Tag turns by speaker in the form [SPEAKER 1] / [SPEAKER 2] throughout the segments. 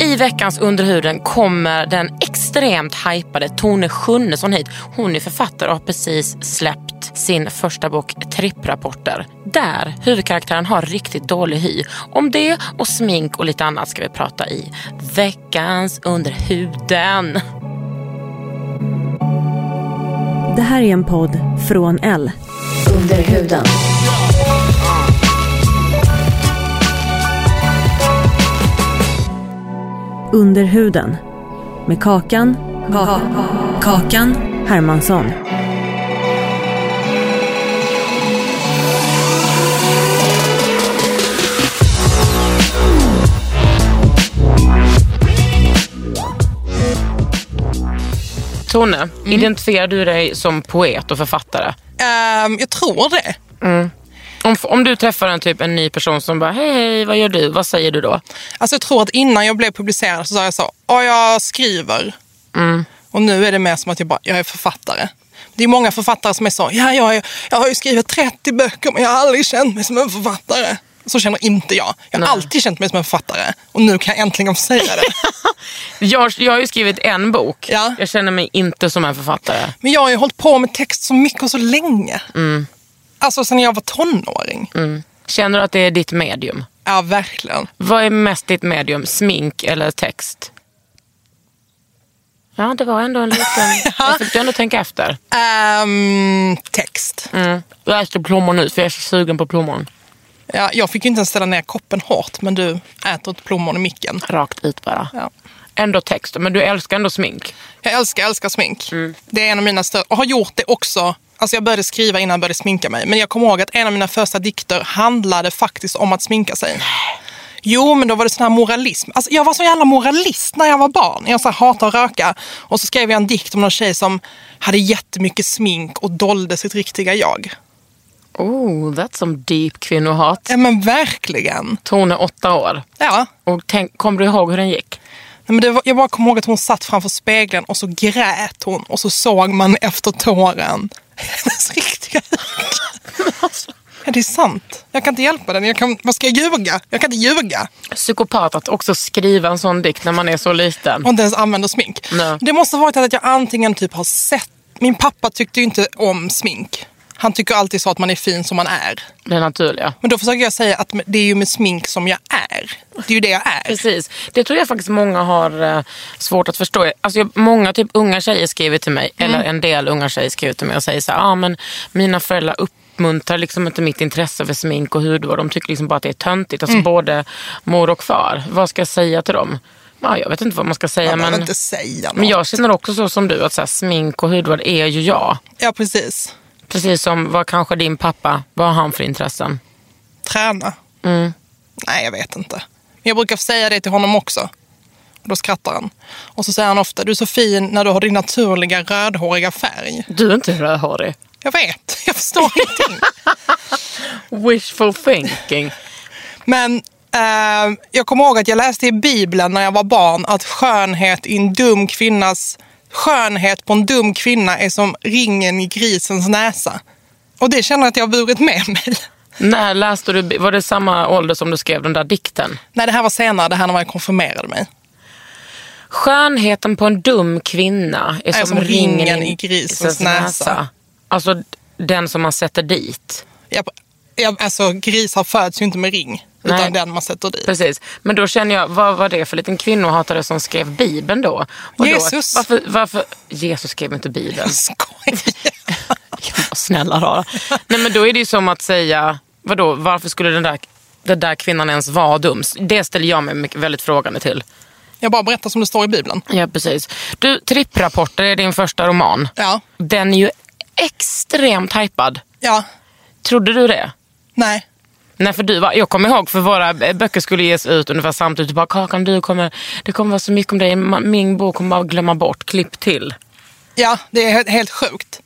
[SPEAKER 1] I veckans Underhuden kommer den extremt hypade Tone Schunnesson hit. Hon är författare och har precis släppt sin första bok Tripprapporter. Där huvudkaraktären har riktigt dålig hy. Om det och smink och lite annat ska vi prata i veckans Underhuden.
[SPEAKER 2] Det här är en podd från L.
[SPEAKER 3] Under huden.
[SPEAKER 2] Under huden. Med Kakan. Ka- kakan Hermansson.
[SPEAKER 1] Tone, identifierar du dig som poet och författare?
[SPEAKER 4] Ehm, jag tror det.
[SPEAKER 1] Om, om du träffar en, typ, en ny person som bara hej, hej, vad gör du? Vad säger du då?
[SPEAKER 4] Alltså jag tror att innan jag blev publicerad så sa jag så, ja jag skriver. Och nu är det mer som att jag bara, jag är författare. Det är många författare som är så, ja jag, är, jag har ju skrivit 30 böcker men jag har aldrig känt mig som en författare. Så känner inte jag. Jag har alltid känt mig som en författare och nu kan jag äntligen få säga det.
[SPEAKER 1] Jag, jag har ju skrivit en bok.
[SPEAKER 4] Ja.
[SPEAKER 1] Jag känner mig inte som en författare.
[SPEAKER 4] Men jag har ju hållit på med text så mycket och så länge. Alltså sen jag var tonåring.
[SPEAKER 1] Känner du att det är ditt medium?
[SPEAKER 4] Ja, verkligen.
[SPEAKER 1] Vad är mest ditt medium? Smink eller text? Ja, det var ändå en liten... Jag fick ändå tänka efter.
[SPEAKER 4] Ehm, text.
[SPEAKER 1] Mm. Jag äter plommon nu för jag är så sugen på plommon.
[SPEAKER 4] Ja, jag fick ju inte ens ställa ner koppen hårt men du äter ett plommon i micken.
[SPEAKER 1] Rakt ut bara.
[SPEAKER 4] Ja.
[SPEAKER 1] Ändå text, men du älskar ändå smink.
[SPEAKER 4] Jag älskar, älskar smink. Det är en av mina största, och har gjort det också. Alltså jag började skriva innan jag började sminka mig. Men jag kommer ihåg att en av mina första dikter handlade faktiskt om att sminka sig. Jo, men då var det sån här moralism. Alltså jag var så jävla moralist när jag var barn. Jag så här, hatar att röka. Och så skrev jag en dikt om någon tjej som hade jättemycket smink och dolde sitt riktiga jag.
[SPEAKER 1] Oh, that's some deep kvinnohat.
[SPEAKER 4] Ja, men verkligen.
[SPEAKER 1] Tone åtta år.
[SPEAKER 4] Ja.
[SPEAKER 1] Och tänk, kommer du ihåg hur den gick?
[SPEAKER 4] Nej, Men det var, jag bara kommer ihåg att hon satt framför spegeln och så grät hon och så såg man efter tåren hennes riktiga Ja, det är sant. Jag kan inte hjälpa den. Jag kan, vad ska jag ljuga? Jag kan inte ljuga.
[SPEAKER 1] Psykopat att också skriva en sån dikt när man är så liten.
[SPEAKER 4] Och inte ens använder smink.
[SPEAKER 1] Nej.
[SPEAKER 4] Det måste ha varit att jag antingen typ har sett... Min pappa tyckte ju inte om smink. Han tycker alltid så att man är fin som man är.
[SPEAKER 1] Det naturliga.
[SPEAKER 4] Men då försöker jag säga att det är ju med smink som jag är. Det är ju det jag är.
[SPEAKER 1] Precis. Det tror jag faktiskt många har eh, svårt att förstå. Alltså, jag, många typ unga tjejer skriver till mig, eller en del unga tjejer skriver till mig och säger så här, ah, men mina föräldrar uppmuntrar liksom inte mitt intresse för smink och hudvård. De tycker liksom bara att det är töntigt. Alltså både mor och far. Vad ska jag säga till dem? Ja, jag vet inte vad man ska säga.
[SPEAKER 4] Man behöver
[SPEAKER 1] men,
[SPEAKER 4] inte säga något.
[SPEAKER 1] men jag känner också så som du, att så här, smink och hudvård är ju jag.
[SPEAKER 4] Ja, precis.
[SPEAKER 1] Precis som vad kanske din pappa, vad har han för intressen?
[SPEAKER 4] träna? Nej, jag vet inte. Men jag brukar säga det till honom också. Och då skrattar han. Och så säger han ofta, du är så fin när du har din naturliga rödhåriga färg.
[SPEAKER 1] Du är inte rödhårig.
[SPEAKER 4] Jag vet, jag förstår ingenting.
[SPEAKER 1] Wishful thinking.
[SPEAKER 4] Men eh, jag kommer ihåg att jag läste i Bibeln när jag var barn att skönhet i en dum kvinnas... Skönhet på en dum kvinna är som ringen i grisens näsa. Och det känner jag att jag har burit med mig.
[SPEAKER 1] När läste du, var det samma ålder som du skrev den där dikten?
[SPEAKER 4] Nej, det här var senare, det här när jag konfirmerade mig.
[SPEAKER 1] Skönheten på en dum kvinna är som, ringen i grisens näsa. Alltså d- den som man sätter dit.
[SPEAKER 4] Jag, jag, alltså, grisar föds ju inte med ring, utan
[SPEAKER 1] Nej.
[SPEAKER 4] den man sätter dit.
[SPEAKER 1] Precis. Men då känner jag, vad var det för liten kvinnohatare som skrev Bibeln då? Och
[SPEAKER 4] Jesus.
[SPEAKER 1] Då, varför, varför? Jesus skrev inte Bibeln.
[SPEAKER 4] Jag skojar.
[SPEAKER 1] Snälla rara. Nej men då är det ju som att säga, vadå, varför skulle den där, den där kvinnan ens vara dum? Det ställer jag mig mycket, väldigt frågande till.
[SPEAKER 4] Jag bara berättar som det står i Bibeln.
[SPEAKER 1] Ja precis. Du, Tripprapporter är din första roman.
[SPEAKER 4] Ja.
[SPEAKER 1] Den är ju extremt hypad.
[SPEAKER 4] Ja.
[SPEAKER 1] Trodde du det?
[SPEAKER 4] Nej.
[SPEAKER 1] Nej, för du var, jag kommer ihåg, för våra eh, böcker skulle ges ut ungefär samtidigt. Du bara, Kakan, du kommer, det kommer vara så mycket om dig. Ma- Min bok kommer bara glömma bort. Klipp till.
[SPEAKER 4] Ja, det är he- helt sjukt.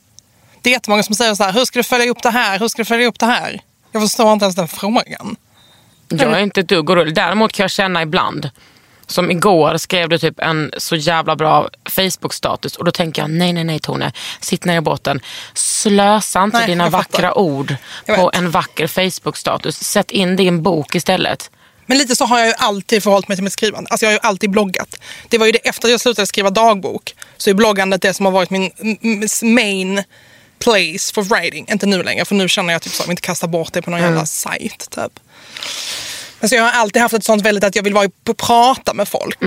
[SPEAKER 4] Det är jättemånga som säger så här, hur ska du följa upp det här? Hur ska du följa upp det här? Jag förstår inte ens den frågan.
[SPEAKER 1] Jag är inte ett dugg orolig. Däremot kan jag känna ibland, som igår skrev du typ en så jävla bra Facebook-status och då tänker jag, nej, nej, nej Tone, sitt ner i båten. Slösa inte
[SPEAKER 4] Nej,
[SPEAKER 1] dina
[SPEAKER 4] jag fattar.
[SPEAKER 1] vackra ord
[SPEAKER 4] Jag
[SPEAKER 1] på
[SPEAKER 4] vet.
[SPEAKER 1] en vacker Facebook-status. Sätt in det i en bok istället.
[SPEAKER 4] Men lite så har jag ju alltid förhållit mig till mitt skrivande. Alltså jag har ju alltid bloggat. Det var ju det efter att jag slutade skriva dagbok så är bloggandet det som har varit min m- m- main place for writing. Inte nu längre, för nu känner jag typ så att jag inte kastar bort det på någon jävla sajt. Typ. Men så jag har alltid haft ett sånt väldigt att jag vill vara och prata med folk.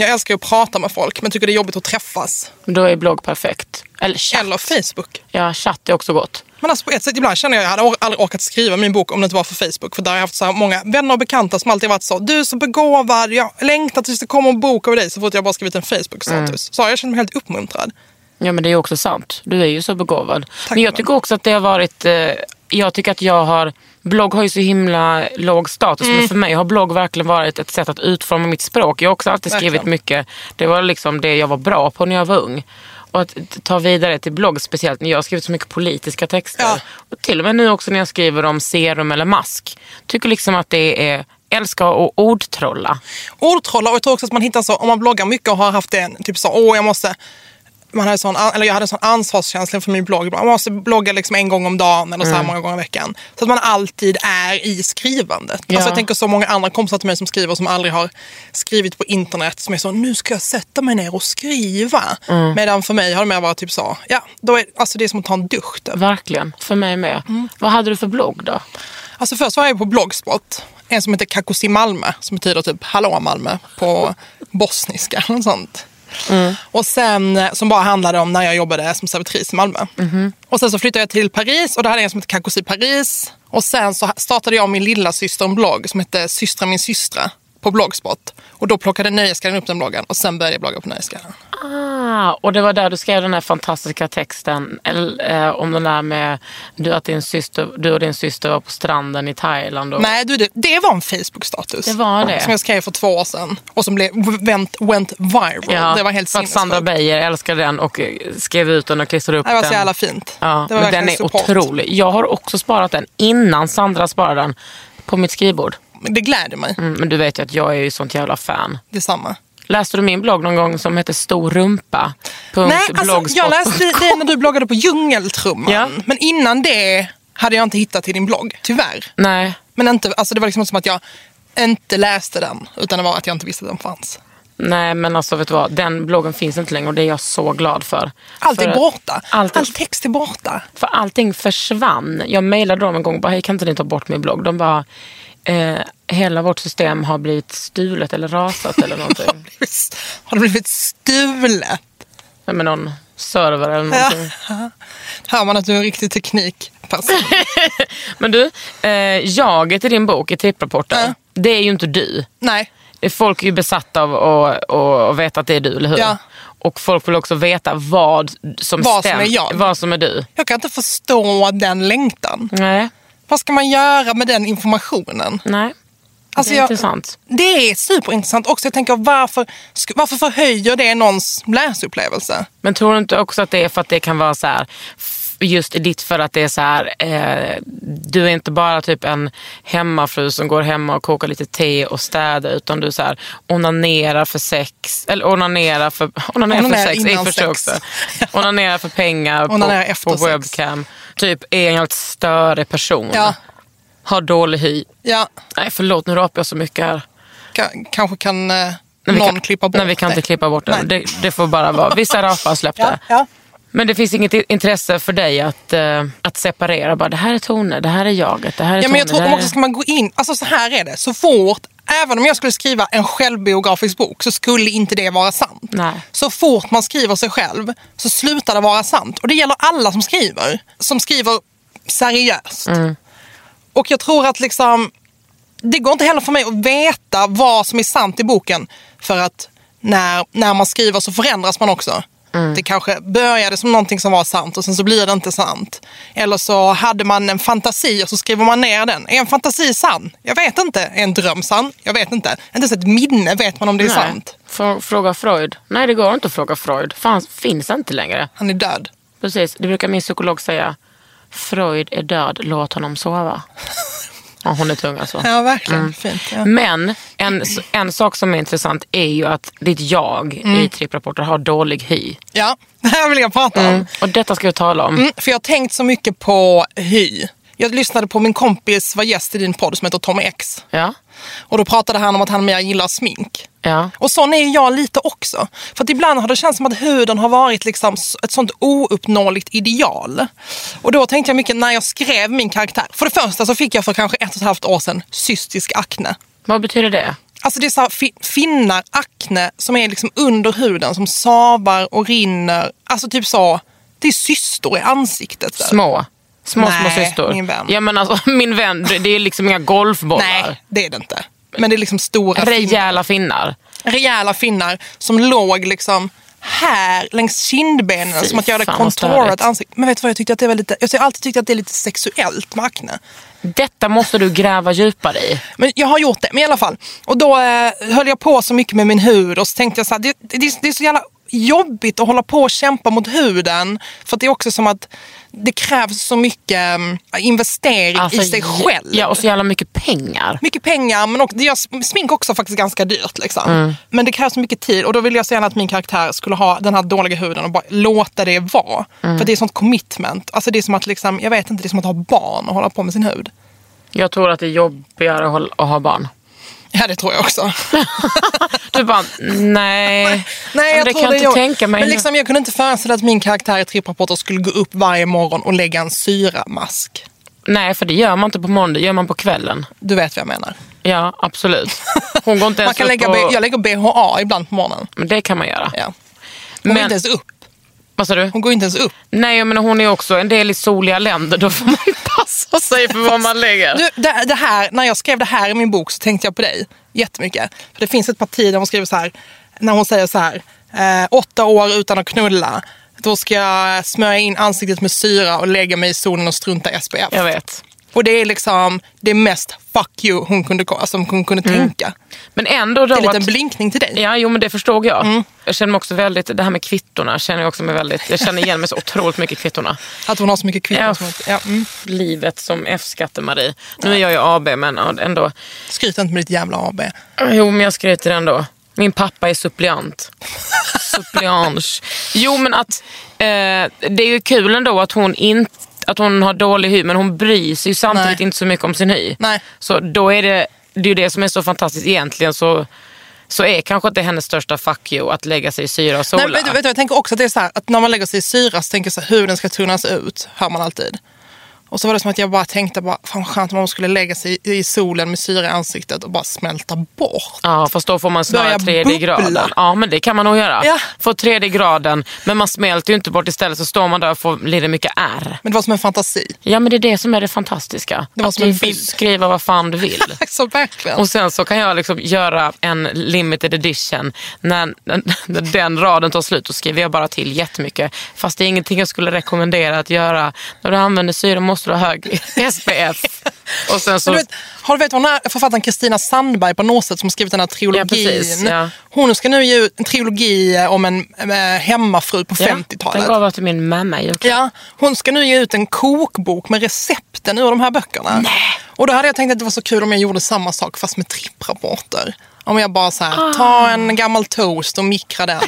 [SPEAKER 4] Jag älskar ju att prata med folk men tycker det är jobbigt att träffas.
[SPEAKER 1] Då är blogg perfekt. Eller chatt.
[SPEAKER 4] Eller Facebook.
[SPEAKER 1] Ja, chatt är också gott.
[SPEAKER 4] Men alltså på ett sätt, ibland känner jag att jag hade or- aldrig orkat skriva min bok om det inte var för Facebook. För där har jag haft så här många vänner och bekanta som alltid varit så. Du är så begåvad, jag längtar tills det kommer en bok över dig så fort jag bara skrivit en Facebook-status. Så jag känner mig helt uppmuntrad.
[SPEAKER 1] Ja men det är ju också sant. Du är ju så begåvad.
[SPEAKER 4] Tack,
[SPEAKER 1] men jag
[SPEAKER 4] men-
[SPEAKER 1] tycker också att det har varit, eh, jag tycker att jag har, blogg har ju så himla låg status
[SPEAKER 4] Mm.
[SPEAKER 1] men för mig har blogg verkligen varit ett sätt att utforma mitt språk. Jag har också alltid skrivit
[SPEAKER 4] Verkligen.
[SPEAKER 1] mycket, det var liksom det jag var bra på när jag var ung. Och att ta vidare till blogg, speciellt när jag har skrivit så mycket politiska texter.
[SPEAKER 4] Ja.
[SPEAKER 1] Och till och med nu också när jag skriver om serum eller mask. Tycker liksom att det är, älskar att ordtrolla.
[SPEAKER 4] Ordtrollar och jag tror också att man hittar så, om man bloggar mycket och har haft en typ så, åh jag måste man hade sån, eller jag hade sån ansvarskänsla för min blogg. ibland. Man måste blogga liksom en gång om dagen eller så här många gånger i veckan. Så att man alltid är i skrivandet.
[SPEAKER 1] Ja.
[SPEAKER 4] Alltså jag tänker så många andra kompisar till mig som skriver som aldrig har skrivit på internet som är så, nu ska jag sätta mig ner och skriva. Medan för mig har det mer varit typ så, ja, då är, alltså det är som att ta en dusch. Typ.
[SPEAKER 1] Verkligen, för mig med.
[SPEAKER 4] Mm.
[SPEAKER 1] Vad hade du för blogg då?
[SPEAKER 4] Alltså först var jag på Blogspot, en som heter Kakosi Malmö, som betyder typ hallå Malmö på bosniska eller något sånt.
[SPEAKER 1] Mm.
[SPEAKER 4] Och sen eh, som bara handlade om när jag jobbade som servitris i Malmö.
[SPEAKER 1] Mhm.
[SPEAKER 4] Och sen så flyttade jag till Paris och då hade jag en som hette Kakosi Paris. Och sen så startade jag och min lilla syster en blogg som hette Systra min systra på Blogspot. Och då plockade Nöjesguiden upp den bloggen och sen började jag blogga på Nöjesguiden.
[SPEAKER 1] Ah, och det var där du skrev den här fantastiska texten eller, eh, om den där med du, att din syster, du och din syster var på stranden i Thailand. Och,
[SPEAKER 4] Nej, du, det, det var en Facebook-status.
[SPEAKER 1] Det var det.
[SPEAKER 4] Som jag skrev för två år sedan och som blev, went, went viral.
[SPEAKER 1] Ja,
[SPEAKER 4] det var helt
[SPEAKER 1] för att Sandra
[SPEAKER 4] sinnessjukt.
[SPEAKER 1] Beijer älskade den och eh, skrev ut den och klistrade upp
[SPEAKER 4] Det var
[SPEAKER 1] den.
[SPEAKER 4] så jävla fint.
[SPEAKER 1] Ja,
[SPEAKER 4] det
[SPEAKER 1] men
[SPEAKER 4] var verkligen
[SPEAKER 1] den är
[SPEAKER 4] support.
[SPEAKER 1] otrolig. Jag har också sparat den innan Sandra sparade den på mitt skrivbord.
[SPEAKER 4] Men Det gläder mig.
[SPEAKER 1] Mm, men du vet ju att jag är ju sånt jävla fan.
[SPEAKER 4] Detsamma.
[SPEAKER 1] Läste du min blogg någon gång som hette storrumpa?
[SPEAKER 4] Nej, alltså, jag läste det när du bloggade på Djungeltrumman.
[SPEAKER 1] Ja.
[SPEAKER 4] Men innan det hade jag inte hittat till din blogg, tyvärr.
[SPEAKER 1] Nej,
[SPEAKER 4] Men inte, alltså, det var liksom som att jag inte läste den, utan det var att jag inte visste att den fanns.
[SPEAKER 1] Nej men alltså vet du vad, den bloggen finns inte längre och det är jag så glad för.
[SPEAKER 4] Allt
[SPEAKER 1] för
[SPEAKER 4] är
[SPEAKER 1] att-
[SPEAKER 4] borta.
[SPEAKER 1] Allt,
[SPEAKER 4] All text är borta.
[SPEAKER 1] För allting försvann. Jag mejlade dem en gång och bara, hej kan inte ni ta bort min blogg? De bara, eh, hela vårt system har blivit stulet eller rasat eller någonting.
[SPEAKER 4] Har det blivit stulet?
[SPEAKER 1] Nej men någon server eller
[SPEAKER 4] Ja.
[SPEAKER 1] någonting.
[SPEAKER 4] Hör man att du är en riktig teknikperson?
[SPEAKER 1] Men du, eh, jaget i din bok i tipprapporten,
[SPEAKER 4] Ja.
[SPEAKER 1] det är ju inte du.
[SPEAKER 4] Nej.
[SPEAKER 1] Folk är ju besatta av att och, och veta att det är du, eller hur?
[SPEAKER 4] Ja.
[SPEAKER 1] Och folk vill också veta vad som
[SPEAKER 4] Vad som
[SPEAKER 1] stämmer.
[SPEAKER 4] är jag.
[SPEAKER 1] Vad som är du.
[SPEAKER 4] Jag kan inte förstå den längtan.
[SPEAKER 1] Nej,
[SPEAKER 4] Vad ska man göra med den informationen?
[SPEAKER 1] nej.
[SPEAKER 4] Alltså,
[SPEAKER 1] det är
[SPEAKER 4] jag-
[SPEAKER 1] intressant.
[SPEAKER 4] Det är superintressant också. Jag tänker varför, sk- varför förhöjer det någons läsupplevelse?
[SPEAKER 1] Men tror du inte också att det är för att det kan vara så här, f- just i ditt för att det är så här, eh, du är inte bara typ en hemmafru som går hemma och kokar lite te och städar utan du så här, onanerar för sex, eller onanerar för, onanerar
[SPEAKER 4] Onanerar
[SPEAKER 1] för sex, i och
[SPEAKER 4] innan
[SPEAKER 1] för sig
[SPEAKER 4] sex.
[SPEAKER 1] också. Onanerar för pengar
[SPEAKER 4] Onanerar
[SPEAKER 1] på,
[SPEAKER 4] efter
[SPEAKER 1] på
[SPEAKER 4] sex.
[SPEAKER 1] webcam. Typ är en helt störig person.
[SPEAKER 4] Ja.
[SPEAKER 1] Har dålig hy.
[SPEAKER 4] Mm. Ja,
[SPEAKER 1] Nej förlåt, nu rapar jag så mycket här.
[SPEAKER 4] ka- kanske kan eh,
[SPEAKER 1] Nej, vi
[SPEAKER 4] någon
[SPEAKER 1] kan,
[SPEAKER 4] klippa bort
[SPEAKER 1] Nej, vi kan
[SPEAKER 4] det.
[SPEAKER 1] inte klippa bort det.
[SPEAKER 4] Nej.
[SPEAKER 1] det. Det får bara vara, vissa rapar släpp det.
[SPEAKER 4] Ja, ja.
[SPEAKER 1] Men det finns inget i- intresse för dig att, eh, att separera? Bara, det här är toner, det här är jaget, det här är
[SPEAKER 4] Ja, men jag
[SPEAKER 1] toner,
[SPEAKER 4] tror
[SPEAKER 1] det här
[SPEAKER 4] också
[SPEAKER 1] är-
[SPEAKER 4] ska man gå in, alltså så här är det, så fort, även om jag skulle skriva en självbiografisk bok så skulle inte det vara sant.
[SPEAKER 1] Nej.
[SPEAKER 4] Så fort man skriver sig själv så slutar det vara sant. Och det gäller alla som skriver, som skriver seriöst.
[SPEAKER 1] Mm.
[SPEAKER 4] Och jag tror att liksom, det går inte heller för mig att veta vad som är sant i boken. För att när, när man skriver så förändras man också. Det kanske började som någonting som var sant och sen så blir det inte sant. Eller så hade man en fantasi och så skriver man ner den. Är en fantasi sann? Jag vet inte. Är en dröm sann? Jag vet inte. Inte ens ett minne vet man om det är
[SPEAKER 1] Nej.
[SPEAKER 4] sant.
[SPEAKER 1] Frå- Fråga Freud. Nej, det går inte att fråga Freud. Fan, finns inte längre.
[SPEAKER 4] Han är död.
[SPEAKER 1] Precis, det brukar min psykolog säga. Freud är död, låt honom sova. Ja, hon är tung alltså.
[SPEAKER 4] Ja, verkligen. Fint. Ja.
[SPEAKER 1] Men en, en sak som är intressant är ju att ditt jag
[SPEAKER 4] Mm.
[SPEAKER 1] i tripprapporter har dålig hy.
[SPEAKER 4] ja, det här vill jag prata om.
[SPEAKER 1] Och detta ska vi tala om.
[SPEAKER 4] Mm, för jag har tänkt så mycket på hy. Jag lyssnade på min kompis var gäst i din podd som heter Tom X.
[SPEAKER 1] Ja,
[SPEAKER 4] Och då pratade han om att han mer gillar smink.
[SPEAKER 1] ja.
[SPEAKER 4] Och sån är ju jag lite också. För att ibland har det känts som att huden har varit liksom s- ett sånt ouppnåeligt ideal. Och då tänkte jag mycket när jag skrev min karaktär. För det första så fick jag för kanske ett och ett halvt år sedan cystisk akne.
[SPEAKER 1] Vad betyder det?
[SPEAKER 4] Alltså det är så här fi- finnar, akne som är liksom under huden som savar och rinner. Alltså typ så, det är cystor i ansiktet. där.
[SPEAKER 1] Små. Små,
[SPEAKER 4] Nej,
[SPEAKER 1] små cystor.
[SPEAKER 4] min vän.
[SPEAKER 1] Ja, men alltså, min vän, det det är liksom inga golfbollar.
[SPEAKER 4] Nej, det är det inte. Men det är liksom stora finnar.
[SPEAKER 1] Rejäla finnar.
[SPEAKER 4] rejäla finnar som låg liksom här längs kindbenen
[SPEAKER 1] Fy
[SPEAKER 4] som att göra
[SPEAKER 1] fan, vad
[SPEAKER 4] contourat
[SPEAKER 1] störigt.
[SPEAKER 4] ansikte. Men vet du vad jag tyckte att det var lite, jag har alltid tyckt att det är lite sexuellt med akne.
[SPEAKER 1] Detta måste du gräva djupare i.
[SPEAKER 4] Men jag har gjort det, men i alla fall. Och då eh, höll jag på så mycket med min hud och så tänkte jag så här, det, det, är- det är så jävla jobbigt att hålla på och kämpa mot huden. För att det är också som att det krävs så mycket mm, investering i sig
[SPEAKER 1] j-
[SPEAKER 4] själv.
[SPEAKER 1] Alltså, Ja, och så jävla mycket pengar.
[SPEAKER 4] mycket pengar, men också, det gör smink också faktiskt ganska dyrt. Liksom.
[SPEAKER 1] Mm.
[SPEAKER 4] Men det krävs mycket tid och då ville jag så gärna att min karaktär skulle ha den här dåliga huden och bara låta det vara.
[SPEAKER 1] Mm.
[SPEAKER 4] För det är sånt commitment. Alltså det är som att liksom, jag vet inte, det är som att ha barn och hålla på med sin hud.
[SPEAKER 1] Jag tror att det är jobbigare att hålla- att ha barn.
[SPEAKER 4] Ja, det tror jag också.
[SPEAKER 1] Du bara, nej.
[SPEAKER 4] Nej,
[SPEAKER 1] Men
[SPEAKER 4] jag
[SPEAKER 1] det kan
[SPEAKER 4] tror det
[SPEAKER 1] jag
[SPEAKER 4] är
[SPEAKER 1] inte
[SPEAKER 4] jag.
[SPEAKER 1] tänka mig.
[SPEAKER 4] Men liksom, jag kunde inte föreställa att min karaktär i Tripprapporter skulle gå upp varje morgon och lägga en syramask.
[SPEAKER 1] Nej, för det gör man inte på måndag, det gör man på kvällen.
[SPEAKER 4] Du vet vad jag menar.
[SPEAKER 1] Ja, absolut. Hon går inte
[SPEAKER 4] Man
[SPEAKER 1] ens
[SPEAKER 4] kan
[SPEAKER 1] upp
[SPEAKER 4] lägga,
[SPEAKER 1] och...
[SPEAKER 4] Jag lägger BHA ibland på morgonen.
[SPEAKER 1] Men det kan man göra.
[SPEAKER 4] Ja. Hon går
[SPEAKER 1] men,
[SPEAKER 4] inte ens upp.
[SPEAKER 1] vad sa du?
[SPEAKER 4] Hon går inte ens upp.
[SPEAKER 1] Nej, men hon är också en del i soliga länder. Då får man passa sig för vad man lägger.
[SPEAKER 4] Du, det, det här, när jag skrev det här i min bok så tänkte jag på dig jättemycket. För det finns ett parti där hon skriver så här, när hon säger så här, eh, åtta år utan att knulla. Då ska jag smörja in ansiktet med syra och lägga mig i solen och strunta i SPF.
[SPEAKER 1] Jag vet.
[SPEAKER 4] Och det är liksom det mest fuck you hon kunde, alltså hon kunde
[SPEAKER 1] Mm.
[SPEAKER 4] tänka.
[SPEAKER 1] Men ändå då
[SPEAKER 4] Det är en liten Mm.
[SPEAKER 1] att-
[SPEAKER 4] blinkning till dig.
[SPEAKER 1] Ja, jo men det förstod jag. Jag känner mig också väldigt, det här med kvittorna känner jag också mig väldigt, jag känner igen mig så otroligt mycket i kvittorna.
[SPEAKER 4] Att hon har så mycket kvitton.
[SPEAKER 1] Ja.
[SPEAKER 4] som att- Ja, mm.
[SPEAKER 1] Livet som F-skatte-Marie. Nu är jag ju AB men ja, ändå.
[SPEAKER 4] Skryt inte med ditt jävla AB.
[SPEAKER 1] Jo men jag skryter ändå. Min pappa är suppliant. Suppliange. Jo men att eh, det är ju kul ändå att hon inte att hon har dålig hy men hon bryr sig ju samtidigt
[SPEAKER 4] Nej.
[SPEAKER 1] inte så mycket om sin hy.
[SPEAKER 4] Nej.
[SPEAKER 1] Så då är det, det är ju det som är så fantastiskt egentligen så, så är kanske inte hennes största fuck you att lägga sig i syra och sola.
[SPEAKER 4] Nej, vet, du- vet du, jag tänker också att det är så här, att när man lägger sig i syra så tänker jag så här, huden ska tunnas ut, hör man alltid. Och så var det som att jag bara tänkte, bara, fan vad skönt om man skulle lägga sig i- i solen med syra i ansiktet och bara smälta bort.
[SPEAKER 1] Ja, fast då får man snarare
[SPEAKER 4] Börja
[SPEAKER 1] tredje
[SPEAKER 4] bubbla.
[SPEAKER 1] graden. Ja, men det kan man nog göra.
[SPEAKER 4] Ja.
[SPEAKER 1] Få tredje graden, men man smälter ju inte bort. Istället så står man där och får lite mycket ärr.
[SPEAKER 4] Men det var som en fantasi.
[SPEAKER 1] Ja, men det är det som är det fantastiska.
[SPEAKER 4] Det var
[SPEAKER 1] att
[SPEAKER 4] som
[SPEAKER 1] du
[SPEAKER 4] en bild.
[SPEAKER 1] vill skriva vad fan du vill.
[SPEAKER 4] Så Alltså, verkligen.
[SPEAKER 1] Och sen så kan jag liksom göra en limited edition. När, när den raden tar slut, då skriver jag bara till jättemycket. Fast det är ingenting jag skulle rekommendera att göra. När du använder syra måste du ha hög SPF. Och sen så...
[SPEAKER 4] Men du vet, har du vet hon här författaren Kristina Sandberg på Norset som skrivit den här trilogin.
[SPEAKER 1] Ja, precis, ja.
[SPEAKER 4] Hon ska nu ge ut en trilogi om en eh, hemmafru på
[SPEAKER 1] Ja,
[SPEAKER 4] 50-talet.
[SPEAKER 1] den gav jag till min mamma i julklapp.
[SPEAKER 4] Ja, hon ska nu ge ut en kokbok med recepten ur de här böckerna. Och då hade jag tänkt att det var så kul om jag gjorde samma sak fast med tripprapporter. Om jag bara så här, ta en gammal toast och mikra den.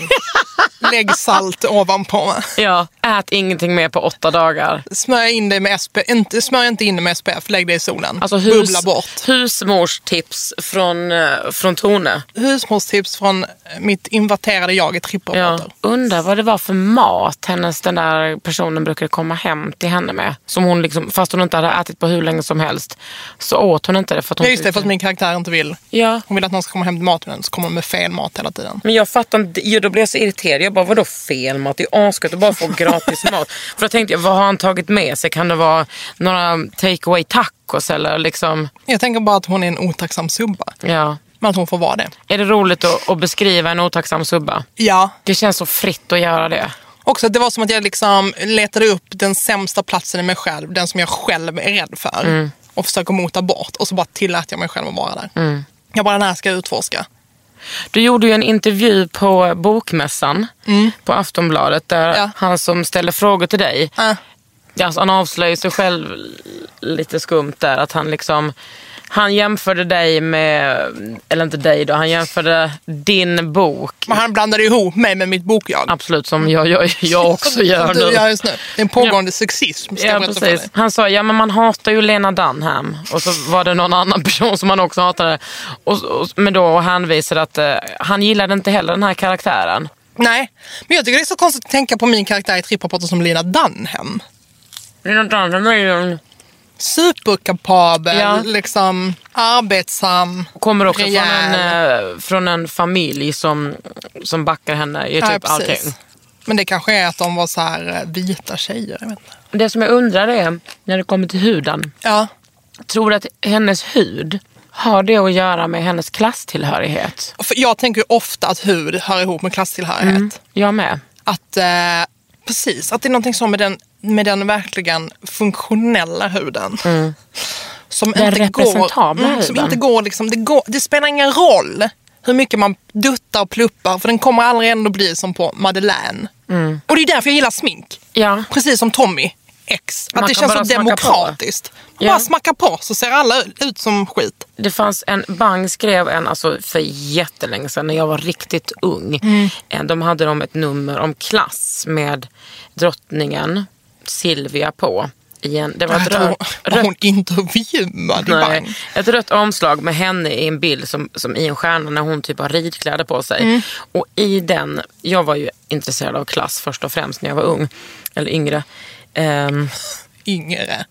[SPEAKER 4] Lägg salt ovanpå. va?
[SPEAKER 1] Ja, ät ingenting mer på åtta dagar.
[SPEAKER 4] Smörj in dig med SP, inte, smörj inte in dig med SPF, lägg det i solen.
[SPEAKER 1] Alltså
[SPEAKER 4] Bubbla
[SPEAKER 1] hus,
[SPEAKER 4] bort.
[SPEAKER 1] husmorstips från, eh, från Tone.
[SPEAKER 4] Husmorstips från eh, mitt inverterade jag i
[SPEAKER 1] Ja.
[SPEAKER 4] trippaborter.
[SPEAKER 1] Undrar vad det var för mat hennes, den där personen brukade komma hem till henne med. Som hon liksom, fast hon inte hade ätit på hur länge som helst så åt hon inte det. För att hon
[SPEAKER 4] Ja. Just det,
[SPEAKER 1] tyckte-
[SPEAKER 4] för att min karaktär inte vill.
[SPEAKER 1] ja.
[SPEAKER 4] Hon vill att någon ska komma hem till maten så kommer hon med fel mat hela tiden.
[SPEAKER 1] Men jag fattar inte, jo, då blev jag så irriterad. Jag bara, vadå fel mat? Det är asgött att bara få gratis mat. För då tänkte jag, vad har han tagit med sig? Kan det vara några take away tacos eller liksom,
[SPEAKER 4] Jag tänker bara att hon är en otacksam subba.
[SPEAKER 1] ja.
[SPEAKER 4] Men att hon får vara det.
[SPEAKER 1] Är det roligt att, att beskriva en otacksam subba?
[SPEAKER 4] Ja.
[SPEAKER 1] Det känns så fritt att göra det.
[SPEAKER 4] Också att det var som att jag liksom letade upp den sämsta platsen i mig själv, den som jag själv är rädd för.
[SPEAKER 1] Mm.
[SPEAKER 4] Och försöker mota bort och så bara tillät jag mig själv att vara där.
[SPEAKER 1] Mm.
[SPEAKER 4] Jag bara, den här ska jag utforska.
[SPEAKER 1] Du gjorde ju en intervju på Bokmässan på Aftonbladet där
[SPEAKER 4] Mm. Ja.
[SPEAKER 1] han som ställer frågor till dig,
[SPEAKER 4] Äh.
[SPEAKER 1] alltså han avslöjar sig själv lite skumt där. Att han liksom han jämförde dig med, eller inte dig då, han jämförde din bok,
[SPEAKER 4] Men han blandade ihop mig med mitt bokjag.
[SPEAKER 1] absolut som jag, jag, jag också gör
[SPEAKER 4] Du,
[SPEAKER 1] nu.
[SPEAKER 4] ja, just nu. Det är en pågående sexism, ska jag
[SPEAKER 1] Ja,
[SPEAKER 4] berätta för
[SPEAKER 1] precis.
[SPEAKER 4] dig.
[SPEAKER 1] Han sa, ja men man hatar ju Lena Dunham. Och så var det någon annan person som han också hatade. Och, och, men då hänvisade att eh, han gillade inte heller den här karaktären.
[SPEAKER 4] Nej, men jag tycker det är så konstigt att tänka på min karaktär i Tripprapporten som Lina Dunham.
[SPEAKER 1] Lena Dunham är ju en
[SPEAKER 4] Superkapabel,
[SPEAKER 1] Ja.
[SPEAKER 4] liksom arbetsam,
[SPEAKER 1] kommer också från
[SPEAKER 4] rejäl.
[SPEAKER 1] en, eh, från en familj som, som backar henne i typ
[SPEAKER 4] Ja, precis.
[SPEAKER 1] allting.
[SPEAKER 4] Men det kanske är att de var så här eh, vita tjejer. Jag vet inte.
[SPEAKER 1] Det som jag undrar är, när det kommer till huden.
[SPEAKER 4] Ja,
[SPEAKER 1] Tror du att hennes hud har det att göra med hennes klasstillhörighet?
[SPEAKER 4] För jag tänker ju ofta att hud hör ihop med klasstillhörighet.
[SPEAKER 1] Jag med.
[SPEAKER 4] Att, eh, precis, att det är någonting så med den, med den verkligen funktionella huden. Som
[SPEAKER 1] Mm. Den representabla
[SPEAKER 4] går, Som
[SPEAKER 1] huden.
[SPEAKER 4] inte går, liksom, det, går, det spelar ingen roll hur mycket man duttar och pluppar för den kommer aldrig ändå bli som på Madeleine. Och det är därför jag gillar smink.
[SPEAKER 1] Mm. Ja.
[SPEAKER 4] Precis som Tommy X. Att
[SPEAKER 1] Man
[SPEAKER 4] det
[SPEAKER 1] kan
[SPEAKER 4] känns så
[SPEAKER 1] bara smacka på.
[SPEAKER 4] demokratiskt. Man
[SPEAKER 1] Ja.
[SPEAKER 4] bara smackar på så ser alla ut som skit.
[SPEAKER 1] Det fanns en, Bang skrev en, alltså för jättelänge sedan när jag var riktigt ung.
[SPEAKER 4] Mm.
[SPEAKER 1] Eh, De hade de ett nummer om klass med drottningen Silvia på. I en, det var ett
[SPEAKER 4] Att hon,
[SPEAKER 1] rör,
[SPEAKER 4] var
[SPEAKER 1] rött
[SPEAKER 4] hon intervjuad i
[SPEAKER 1] Nej,
[SPEAKER 4] Bang.
[SPEAKER 1] ett rött omslag med henne i en bild som, som i en stjärna när hon typ har ridkläder på sig. Och i den, jag var ju intresserad av klass först och främst när jag var ung, eller yngre. Ehm,
[SPEAKER 4] Yngre.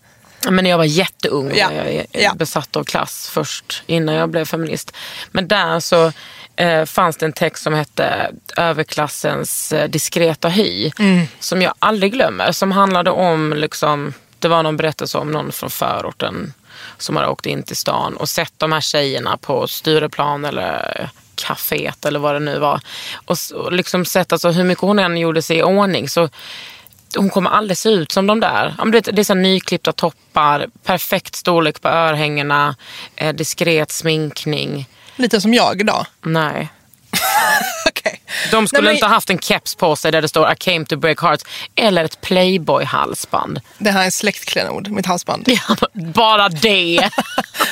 [SPEAKER 1] men när jag var jätteung var
[SPEAKER 4] Ja,
[SPEAKER 1] jag
[SPEAKER 4] ja.
[SPEAKER 1] besatt av klass först innan jag blev feminist. Men där så eh, fanns det en text som hette Överklassens eh, diskreta hy.
[SPEAKER 4] Mm.
[SPEAKER 1] Som jag aldrig glömmer. Som handlade om, liksom, det var någon berättelse om någon från förorten som hade åkt in till stan och sett de här tjejerna på Stureplan eller kaféet eller vad det nu var. Och, s- och liksom sett alltså, hur mycket hon än gjorde sig i ordning så hon kommer aldrig se ut som de där. Ja, men du vet, Det är så här nyklippta toppar, perfekt storlek på örhängena, eh, diskret sminkning.
[SPEAKER 4] Lite som jag idag.
[SPEAKER 1] Nej.
[SPEAKER 4] Okej.
[SPEAKER 1] De skulle
[SPEAKER 4] Nej, men-
[SPEAKER 1] inte ha haft en keps på sig där det står I came to break hearts eller ett playboy-halsband.
[SPEAKER 4] Det här är en släktklenod, mitt halsband.
[SPEAKER 1] Ja, men Bara det.
[SPEAKER 4] Det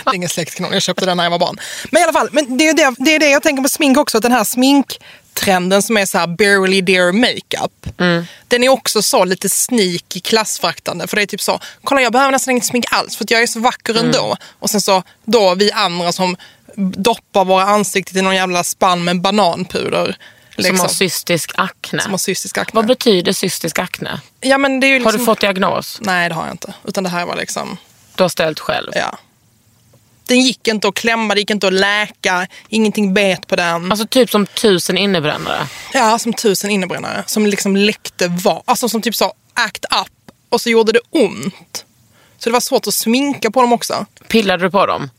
[SPEAKER 4] är ingen släktklenod, jag köpte den när jag var barn. Men i alla fall, men det, är det, det är det jag tänker på smink också, att den här sminktrenden som är så här barely dear makeup.
[SPEAKER 1] Mm.
[SPEAKER 4] Den är också så lite sneaky klassfraktande. För det är typ så, kolla jag behöver nästan inget smink alls för att jag är så vacker
[SPEAKER 1] Mm.
[SPEAKER 4] ändå. Och sen så då vi andra som doppar våra ansikten i någon jävla spann med bananpuder.
[SPEAKER 1] Som
[SPEAKER 4] Liksom,
[SPEAKER 1] har cystisk akne.
[SPEAKER 4] som har cystisk akne.
[SPEAKER 1] Vad betyder cystisk akne?
[SPEAKER 4] ja, men det är ju liksom,
[SPEAKER 1] Har du fått diagnos?
[SPEAKER 4] Nej det har jag inte. Utan det här var liksom
[SPEAKER 1] Du har ställt själv.
[SPEAKER 4] Ja. Den gick inte att klämma, det gick inte att läka, ingenting bet på den.
[SPEAKER 1] Alltså typ som tusen innebrännare.
[SPEAKER 4] Ja, som tusen innebrännare som liksom läckte var. Alltså som typ sa act up och så gjorde det ont. Så det var svårt att sminka på dem också.
[SPEAKER 1] Pillade du på dem?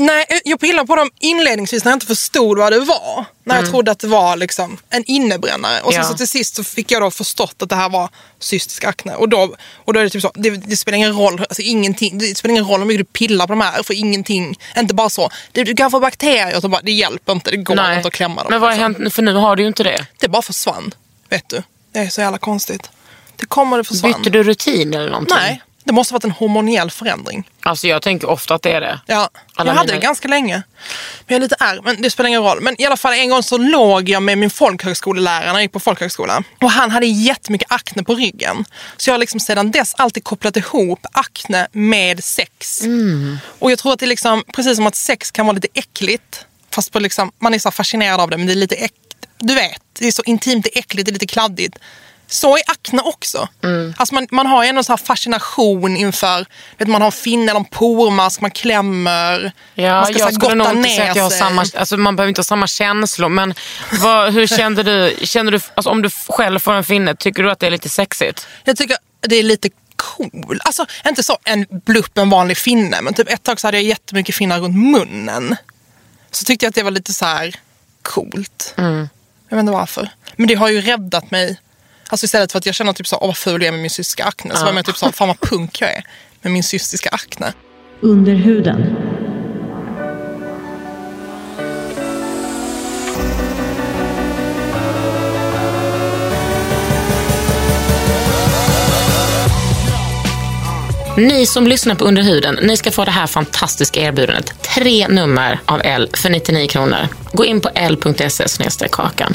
[SPEAKER 4] Nej, jag pillade på dem inledningsvis när jag inte förstod vad det var. När jag trodde att det var liksom en innebrännare. Och sen
[SPEAKER 1] Mm. Ja.
[SPEAKER 4] så till sist så fick jag då förstått att det här var cystisk akne. Och då, och då är det typ så, det, det spelar ingen roll, alltså ingenting, det spelar ingen roll hur mycket du pillar på de här för ingenting. Inte bara så, du, du kan få bakterier och så bara, det hjälper inte, det går inte att klämma dem.
[SPEAKER 1] Men vad har
[SPEAKER 4] liksom.
[SPEAKER 1] hänt nu? För nu har du ju inte det.
[SPEAKER 4] Det bara försvann, vet du. Det är så jävla konstigt. Det kommer och det försvann.
[SPEAKER 1] Bytte du rutin eller någonting?
[SPEAKER 4] Nej, Det måste ha varit en hormoniell förändring.
[SPEAKER 1] Alltså jag tänker ofta att det är det.
[SPEAKER 4] Ja,
[SPEAKER 1] Alla
[SPEAKER 4] jag hade
[SPEAKER 1] mina-
[SPEAKER 4] det ganska länge. Men jag är lite ärr, men det spelar ingen roll. Men i alla fall en gång så låg jag med min folkhögskolelärare när jag gick på folkhögskola. Och han hade jättemycket akne på ryggen. Så jag har liksom sedan dess alltid kopplat ihop akne med sex. Och jag tror att det är liksom, precis som att sex kan vara lite äckligt. Fast på liksom, man är så här fascinerad av det men det är lite äck, Du vet, det är så intimt, det är äckligt, det är lite kladdigt. Så är akne också.
[SPEAKER 1] Mm.
[SPEAKER 4] Alltså man, man har ju ändå så här fascination inför, vet, man har en finne eller en pormask, man klämmer.
[SPEAKER 1] Ja,
[SPEAKER 4] man ska så
[SPEAKER 1] jag
[SPEAKER 4] här
[SPEAKER 1] skulle nog
[SPEAKER 4] gotta
[SPEAKER 1] inte
[SPEAKER 4] ner
[SPEAKER 1] säga att jag har
[SPEAKER 4] sig.
[SPEAKER 1] samma, alltså man behöver inte ha samma känslor men vad, hur kände du, kände du alltså om du själv får en finne, tycker du att det är lite sexigt?
[SPEAKER 4] Jag tycker det är lite cool. Alltså inte så en blupp, en vanlig finne. Men typ ett tag så hade jag jättemycket finnar runt munnen. Så tyckte jag att det var lite så här coolt. Jag vet inte varför. Men det har ju räddat mig. Alltså istället för att jag känner typ så, åh vad ful jag är med min cystiska akne. Så var jag mer typ så, fan vad punk jag är med min cystiska akne.
[SPEAKER 2] Under huden.
[SPEAKER 1] Ni som lyssnar på Under huden, ni ska få det här fantastiska erbjudandet. Tre nummer av L för 99 kronor. Gå in på l.se E snedstreck kakan.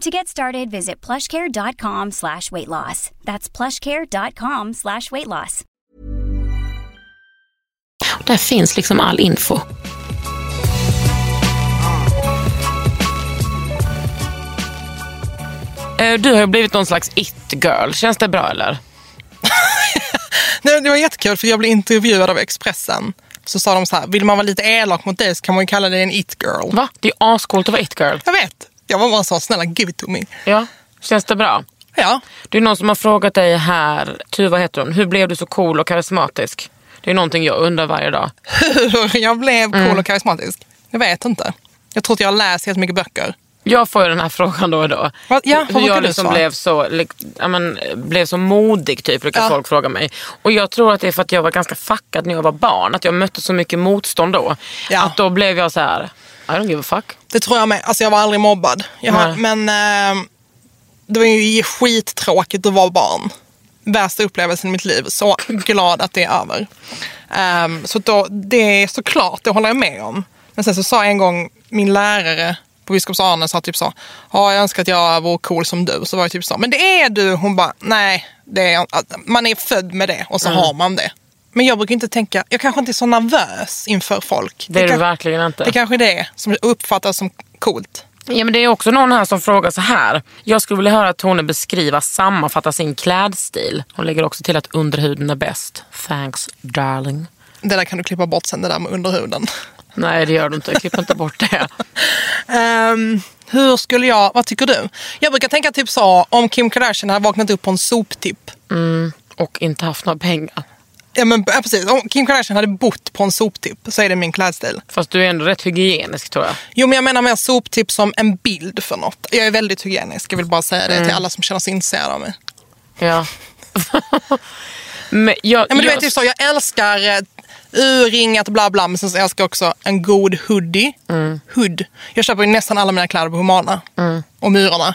[SPEAKER 3] To get started, visit plushcare.com slash weight loss. That's plushcare.com slash weight loss.
[SPEAKER 1] Där finns liksom all info. Eh, Du har ju blivit någon slags it-girl. Känns det bra eller?
[SPEAKER 4] Nej, det var jättekul för jag blev intervjuad av Expressen. Så sa de så här, vill man vara lite elak mot dig så kan man ju kalla dig en it-girl.
[SPEAKER 1] Va? Det är ju ascoolt att vara it-girl.
[SPEAKER 4] Jag vet. Jag var bara så, snälla give it to me.
[SPEAKER 1] Ja. Känns det bra?
[SPEAKER 4] Ja,
[SPEAKER 1] Det är någon som har frågat dig här, Tuva heter hon, hur blev du så cool och karismatisk? Det är någonting jag undrar varje dag.
[SPEAKER 4] hur jag blev cool och karismatisk? Jag vet inte. Jag tror att jag läser jättemycket böcker.
[SPEAKER 1] Jag får ju den här frågan då och då.
[SPEAKER 4] Vad- ja, vad
[SPEAKER 1] hur
[SPEAKER 4] brukar
[SPEAKER 1] jag
[SPEAKER 4] du
[SPEAKER 1] liksom
[SPEAKER 4] svara?
[SPEAKER 1] blev så, lik- ja, men, blev så modig typ, brukar
[SPEAKER 4] Ja.
[SPEAKER 1] folk fråga mig. Och jag tror att det är för att jag var ganska fuckad när jag var barn. Att jag mötte så mycket motstånd då.
[SPEAKER 4] Ja.
[SPEAKER 1] Att då blev jag så här, I don't give a fuck.
[SPEAKER 4] Det tror jag med. Alltså jag var aldrig mobbad. Jag har,
[SPEAKER 1] Nej.
[SPEAKER 4] men eh, det var ju skittråkigt att vara barn. Värsta upplevelsen i mitt liv. Så glad att det är över. Ehm, så då, det är såklart, det håller jag med om. Men sen så sa en gång min lärare på Biskops Arne sa typ så. Ja, jag önskar att jag var cool som du. Så var jag typ så. Men det är du. Hon bara, nej. Det är, man är född med det och så
[SPEAKER 1] Mm.
[SPEAKER 4] har man det. Men jag brukar inte tänka, jag kanske inte är så nervös inför folk.
[SPEAKER 1] Det är du
[SPEAKER 4] kanske-
[SPEAKER 1] verkligen inte.
[SPEAKER 4] det kanske är det som uppfattas som coolt.
[SPEAKER 1] Ja, men det är också någon här som frågar så här. Jag skulle vilja höra Tone beskriva, sammanfatta sin klädstil. Hon lägger också till att underhuden är bäst. Thanks darling.
[SPEAKER 4] Det där kan du klippa bort sen, det där med underhuden.
[SPEAKER 1] Nej det gör du inte, klipp inte bort det.
[SPEAKER 4] Ehm, hur skulle jag, vad tycker du? Jag brukar tänka typ så, om Kim Kardashian hade vaknat upp på en soptipp.
[SPEAKER 1] Och inte haft några pengar.
[SPEAKER 4] Ja men ja, precis, om Kim Kardashian hade bott på en soptipp så är det min klädstil.
[SPEAKER 1] Fast du är ändå rätt hygienisk tror jag.
[SPEAKER 4] Jo men jag menar mer soptipp som en bild för något. Jag är väldigt hygienisk, jag vill bara säga det till alla som känner sig intresserade av mig.
[SPEAKER 1] Ja. men jag,
[SPEAKER 4] Ja, men du
[SPEAKER 1] jag,
[SPEAKER 4] vet, typ så, jag älskar eh, urringat bla bla, men sen så älskar jag också en god hoodie.
[SPEAKER 1] Mm.
[SPEAKER 4] Hood. Jag köper ju nästan alla mina kläder på Humana. Och Myrorna.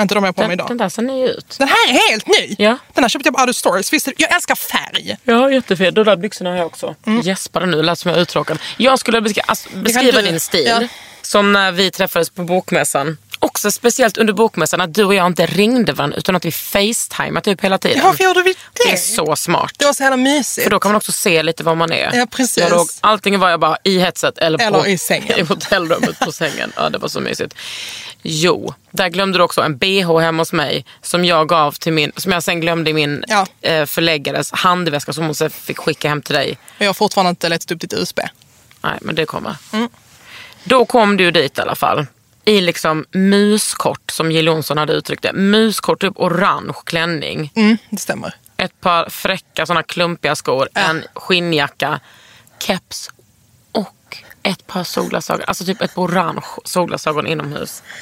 [SPEAKER 4] Inte de jag har på mig
[SPEAKER 1] den,
[SPEAKER 4] idag.
[SPEAKER 1] den där ser ny ut.
[SPEAKER 4] Den här är helt ny!
[SPEAKER 1] Ja.
[SPEAKER 4] Den här köpte jag på Other Stories. Visst, är- jag älskar färg.
[SPEAKER 1] Ja, jättefin. De där byxorna har jag också.
[SPEAKER 4] Mm.
[SPEAKER 1] Gäspade nu, lät som jag är uttråkad. Jag skulle beska- alltså, beskriva
[SPEAKER 4] du-
[SPEAKER 1] din stil
[SPEAKER 4] ja.
[SPEAKER 1] som när vi träffades på bokmässan och också speciellt under bokmässan att du och jag inte ringde varandra utan att vi facetimade typ hela tiden.
[SPEAKER 4] Ja, varför gjorde vi det?
[SPEAKER 1] det är så smart.
[SPEAKER 4] Det var så jävla mysigt.
[SPEAKER 1] För då kan man också se lite var man är.
[SPEAKER 4] Ja, precis.
[SPEAKER 1] Jag låg, allting var jag bara i hetset eller,
[SPEAKER 4] Eller
[SPEAKER 1] på,
[SPEAKER 4] i sängen.
[SPEAKER 1] i hotellrummet på sängen. Ja, det var så mysigt. Jo, där glömde du också en bh hemma hos mig som jag gav till min, som jag sen glömde i min
[SPEAKER 4] Ja.
[SPEAKER 1] eh, förläggares handväska som hon sen fick skicka hem till dig.
[SPEAKER 4] Och jag har fortfarande inte letat upp ditt USB.
[SPEAKER 1] Nej, men det kommer.
[SPEAKER 4] Mm.
[SPEAKER 1] Då kom du dit i alla fall. I liksom muskort, som Jill Johnson hade uttryckt det. Muskort, typ orange klänning.
[SPEAKER 4] Mm, det stämmer.
[SPEAKER 1] ett par fräcka såna klumpiga skor, en skinnjacka, keps och ett par solglasögon. Alltså typ ett par orange solglasögon inomhus.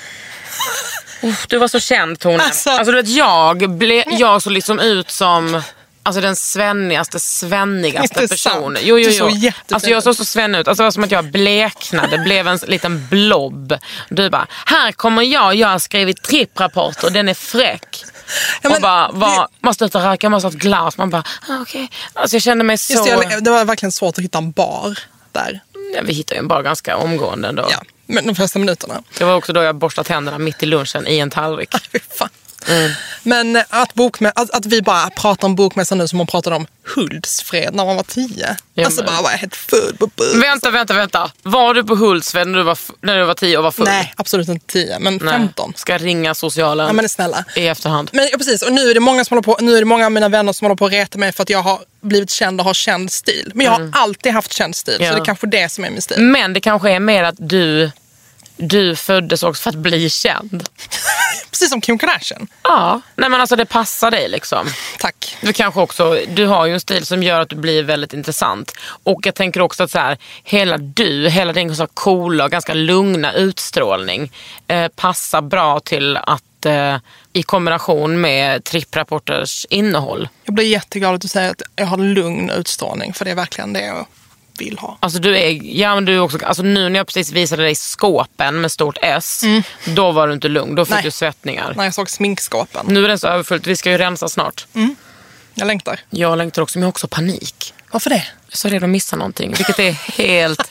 [SPEAKER 1] Uff, du var så känd Tone. Alltså,
[SPEAKER 4] Alltså-
[SPEAKER 1] du vet jag, ble, jag såg liksom ut som Alltså den svennigaste, svennigaste
[SPEAKER 4] Inte sant.
[SPEAKER 1] personen. Jo, jo,
[SPEAKER 4] Du såg
[SPEAKER 1] jo.
[SPEAKER 4] jättefin
[SPEAKER 1] Alltså jag
[SPEAKER 4] ut.
[SPEAKER 1] såg så svennig ut. Alltså det var som att jag bleknade, blev en liten blob. Du bara, här kommer jag, jag har skrivit tripprapport och den är fräck.
[SPEAKER 4] Ja,
[SPEAKER 1] och
[SPEAKER 4] men
[SPEAKER 1] bara, vad,
[SPEAKER 4] det-
[SPEAKER 1] man slutar röka, man har ett glas. Man bara, ah, okej. Alltså jag kände mig så...
[SPEAKER 4] Just det, jag, det var verkligen svårt att hitta en bar där.
[SPEAKER 1] Ja, Vi hittade ju en bar ganska omgående ändå.
[SPEAKER 4] Ja, men de första minuterna.
[SPEAKER 1] Det var också då jag borstade tänderna mitt i lunchen i en tallrik.
[SPEAKER 4] Fy fan. Men eh, att, bokmä- att, att vi bara pratar om bokmässan nu som man pratade om Hultsfred när man var tio.
[SPEAKER 1] Ja,
[SPEAKER 4] alltså
[SPEAKER 1] men-
[SPEAKER 4] bara, vad är helt full på bus?
[SPEAKER 1] Vänta, vänta, vänta. Var du på Hultsfred när du var, f- när du var tio och var full?
[SPEAKER 4] Nej, absolut inte tio, men
[SPEAKER 1] Nej.
[SPEAKER 4] femton.
[SPEAKER 1] Ska jag ringa socialen
[SPEAKER 4] Ja, men snälla.
[SPEAKER 1] i efterhand?
[SPEAKER 4] Men ja, precis, och nu är, det många som håller på, nu är det många av mina vänner som håller på att reta mig för att jag har blivit känd och har känd stil. Men jag har alltid haft känd stil,
[SPEAKER 1] Mm. Ja.
[SPEAKER 4] så det är kanske det som är min stil.
[SPEAKER 1] Men det kanske är mer att du, du föddes också för att bli känd.
[SPEAKER 4] Precis som Kim Kardashian.
[SPEAKER 1] Ja, nej men alltså det passar dig liksom.
[SPEAKER 4] Tack.
[SPEAKER 1] Du kanske också, du har ju en stil som gör att du blir väldigt intressant. Och jag tänker också att så här, hela du, hela din så här coola och ganska lugna utstrålning eh, passar bra till att eh, i kombination med tripprapporters innehåll.
[SPEAKER 4] Jag blir jätteglad att du säger att jag har lugn utstrålning, för det är verkligen det jag vill ha.
[SPEAKER 1] Alltså du är, ja men du är också, alltså nu när jag precis visade dig skåpen med stort S, då var du inte lugn, då fick
[SPEAKER 4] Mm. Nej. Mm.
[SPEAKER 1] du svettningar.
[SPEAKER 4] När jag såg sminkskåpen.
[SPEAKER 1] Nu är den så överfullt, vi ska ju rensa snart.
[SPEAKER 4] Jag längtar.
[SPEAKER 1] Jag längtar också, men jag har också panik.
[SPEAKER 4] Varför det?
[SPEAKER 1] Jag är så rädd att missa någonting, vilket är helt,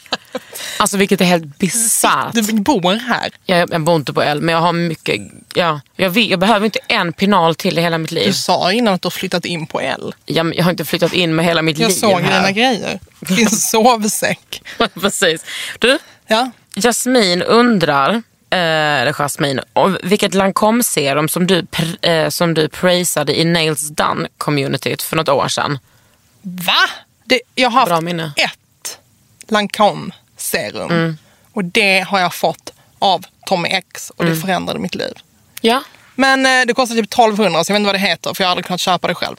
[SPEAKER 1] alltså vilket är helt bisarrt.
[SPEAKER 4] Du bor här.
[SPEAKER 1] Jag, jag bor inte på L, men jag har mycket, ja, jag, vet, jag behöver inte en penal till i hela mitt liv.
[SPEAKER 4] Du sa innan att du har flyttat in på L.
[SPEAKER 1] Jag, jag har inte flyttat in med hela mitt
[SPEAKER 4] Jag
[SPEAKER 1] liv
[SPEAKER 4] såg dina
[SPEAKER 1] här.
[SPEAKER 4] grejer. Din sovsäck.
[SPEAKER 1] Precis. Du,
[SPEAKER 4] Ja,
[SPEAKER 1] Jasmin undrar, eh, eller Jasmin, om vilket Lancome-serum som du, pr- eh, som du praisade i Nails Done-communityt för något år sedan.
[SPEAKER 4] Va? Det, jag har
[SPEAKER 1] Bra
[SPEAKER 4] haft
[SPEAKER 1] minne. Mm.
[SPEAKER 4] ett Lancome serum och det har jag fått av Tommy X och
[SPEAKER 1] Mm.
[SPEAKER 4] det förändrade mitt liv.
[SPEAKER 1] Ja.
[SPEAKER 4] Men eh, det kostar typ 1200 så jag vet inte vad det heter för jag har aldrig kunnat köpa det själv.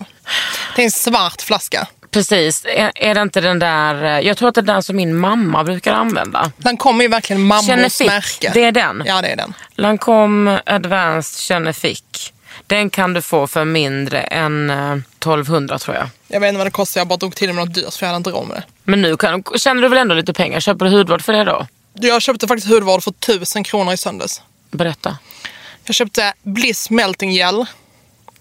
[SPEAKER 4] Det är en svart flaska.
[SPEAKER 1] Precis, är, är det inte den där, eh, jag tror att det är den som min mamma brukar använda.
[SPEAKER 4] Lancome är verkligen
[SPEAKER 1] Känner
[SPEAKER 4] mammos
[SPEAKER 1] fick.
[SPEAKER 4] märke.
[SPEAKER 1] Det är den.
[SPEAKER 4] Ja, det är den.
[SPEAKER 1] Lancome Advanced Chenefique. Den kan du få för mindre än eh, 1200 tror jag.
[SPEAKER 4] Jag vet inte vad det kostar, jag bara drog till med något dyrt för jag hade inte råd med
[SPEAKER 1] Men nu kan, tjänar du väl ändå lite pengar? Köper du hudvård för det då?
[SPEAKER 4] det. Jag köpte faktiskt hudvård för 1000 kronor i söndags.
[SPEAKER 1] Berätta.
[SPEAKER 4] Jag köpte Bliss Melting Gel.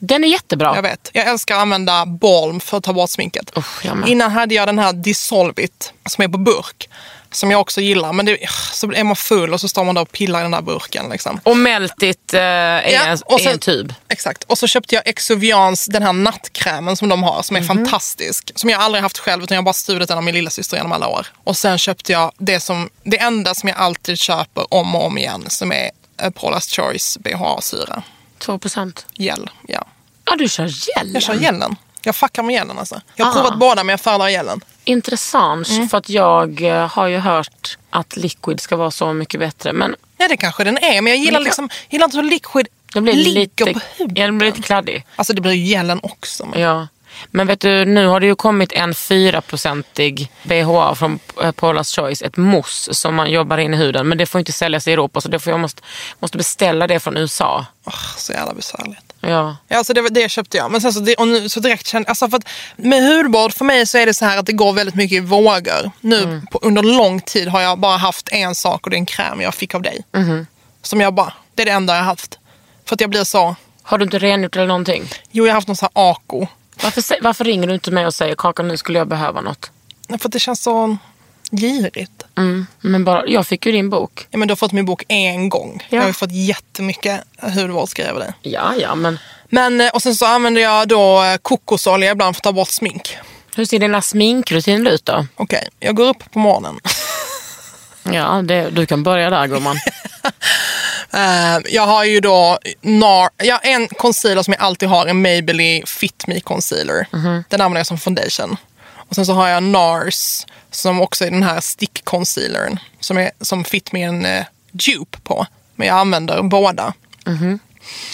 [SPEAKER 1] Den är jättebra.
[SPEAKER 4] Jag vet. Jag älskar att använda balm för att ta bort sminket.
[SPEAKER 1] Usch, jag med.
[SPEAKER 4] Innan hade jag den här Dissolvit som är på burk. Som jag också gillar. Men det, så är man full och så står man där och pillar i den där burken. Liksom.
[SPEAKER 1] Och Meltit eh, är, en,
[SPEAKER 4] och
[SPEAKER 1] är
[SPEAKER 4] sen-
[SPEAKER 1] en typ. tub.
[SPEAKER 4] Exakt. Och så köpte jag Exuvians, den här nattkrämen som de har, som är
[SPEAKER 1] Mhm.
[SPEAKER 4] fantastisk. Som jag aldrig haft själv, utan jag har bara stulit den av min lillasyster genom alla år. Och sen köpte jag det, som, det enda som jag alltid köper om och om igen, som är eh, Paula's Choice BHA-syra.
[SPEAKER 1] 2%.
[SPEAKER 4] Gel, ja.
[SPEAKER 1] Ja, du kör gel.
[SPEAKER 4] Jag kör gelen. Jag fuckar med gelen alltså. Jag
[SPEAKER 1] Ah.
[SPEAKER 4] har provat båda men jag föredrar gelen.
[SPEAKER 1] Intressant, för att jag eh, har ju hört att liquid ska vara så mycket bättre. Men
[SPEAKER 4] Ja det kanske den är men jag gillar,
[SPEAKER 1] Men det kan-
[SPEAKER 4] liksom, gillar inte hur liquid
[SPEAKER 1] den blir
[SPEAKER 4] ligger
[SPEAKER 1] lite,
[SPEAKER 4] på
[SPEAKER 1] ja, den
[SPEAKER 4] huden.
[SPEAKER 1] blir lite kladdig.
[SPEAKER 4] Alltså det blir ju gelen också. Men...
[SPEAKER 1] Ja. Men vet du, nu har det ju kommit en 4-procentig BHA från eh, Paula's Choice, ett mousse som man jobbar in i huden. Men det får inte säljas i Europa så det får jag måste, måste beställa det från USA.
[SPEAKER 4] Åh, så jävla besvärligt.
[SPEAKER 1] Ja.
[SPEAKER 4] Ja, alltså det, var- det köpte jag. Men sen så, det, och nu, så direkt kände alltså för att med hudvård för mig så är det så här att det går väldigt mycket i vågor. Nu på, under lång tid har jag bara haft en sak och det är en kräm jag fick av dig. Som jag bara, det är det enda jag har haft. För att jag blir så,
[SPEAKER 1] Har du inte rengjort eller någonting?
[SPEAKER 4] jo jag har haft någon sån här ako.
[SPEAKER 1] Varför, sä- varför ringer du inte mig och säger Kakan nu skulle jag behöva något?
[SPEAKER 4] För att det känns så... girigt.
[SPEAKER 1] Mm. Men bara, jag fick ju din bok.
[SPEAKER 4] Ja, men du har fått min bok en gång. Jag har ju fått jättemycket hudvårdsgrejer av dig.
[SPEAKER 1] Ja, ja, men
[SPEAKER 4] Men, eh, och sen så använder jag då eh, kokosolja ibland för att ta bort smink.
[SPEAKER 1] hur ser dina sminkrutiner ut då?
[SPEAKER 4] Okej, jag går upp på morgonen.
[SPEAKER 1] Ja, det, du kan börja där gumman.
[SPEAKER 4] Eh, jag har ju då nar, jag har en concealer som jag alltid har, en Maybelline Fit Me Concealer. Den använder jag som foundation. Och sen så har jag NARS som också är den här stick-concealern som, är, som Fit Me är en eh, dupe på. Men jag använder båda.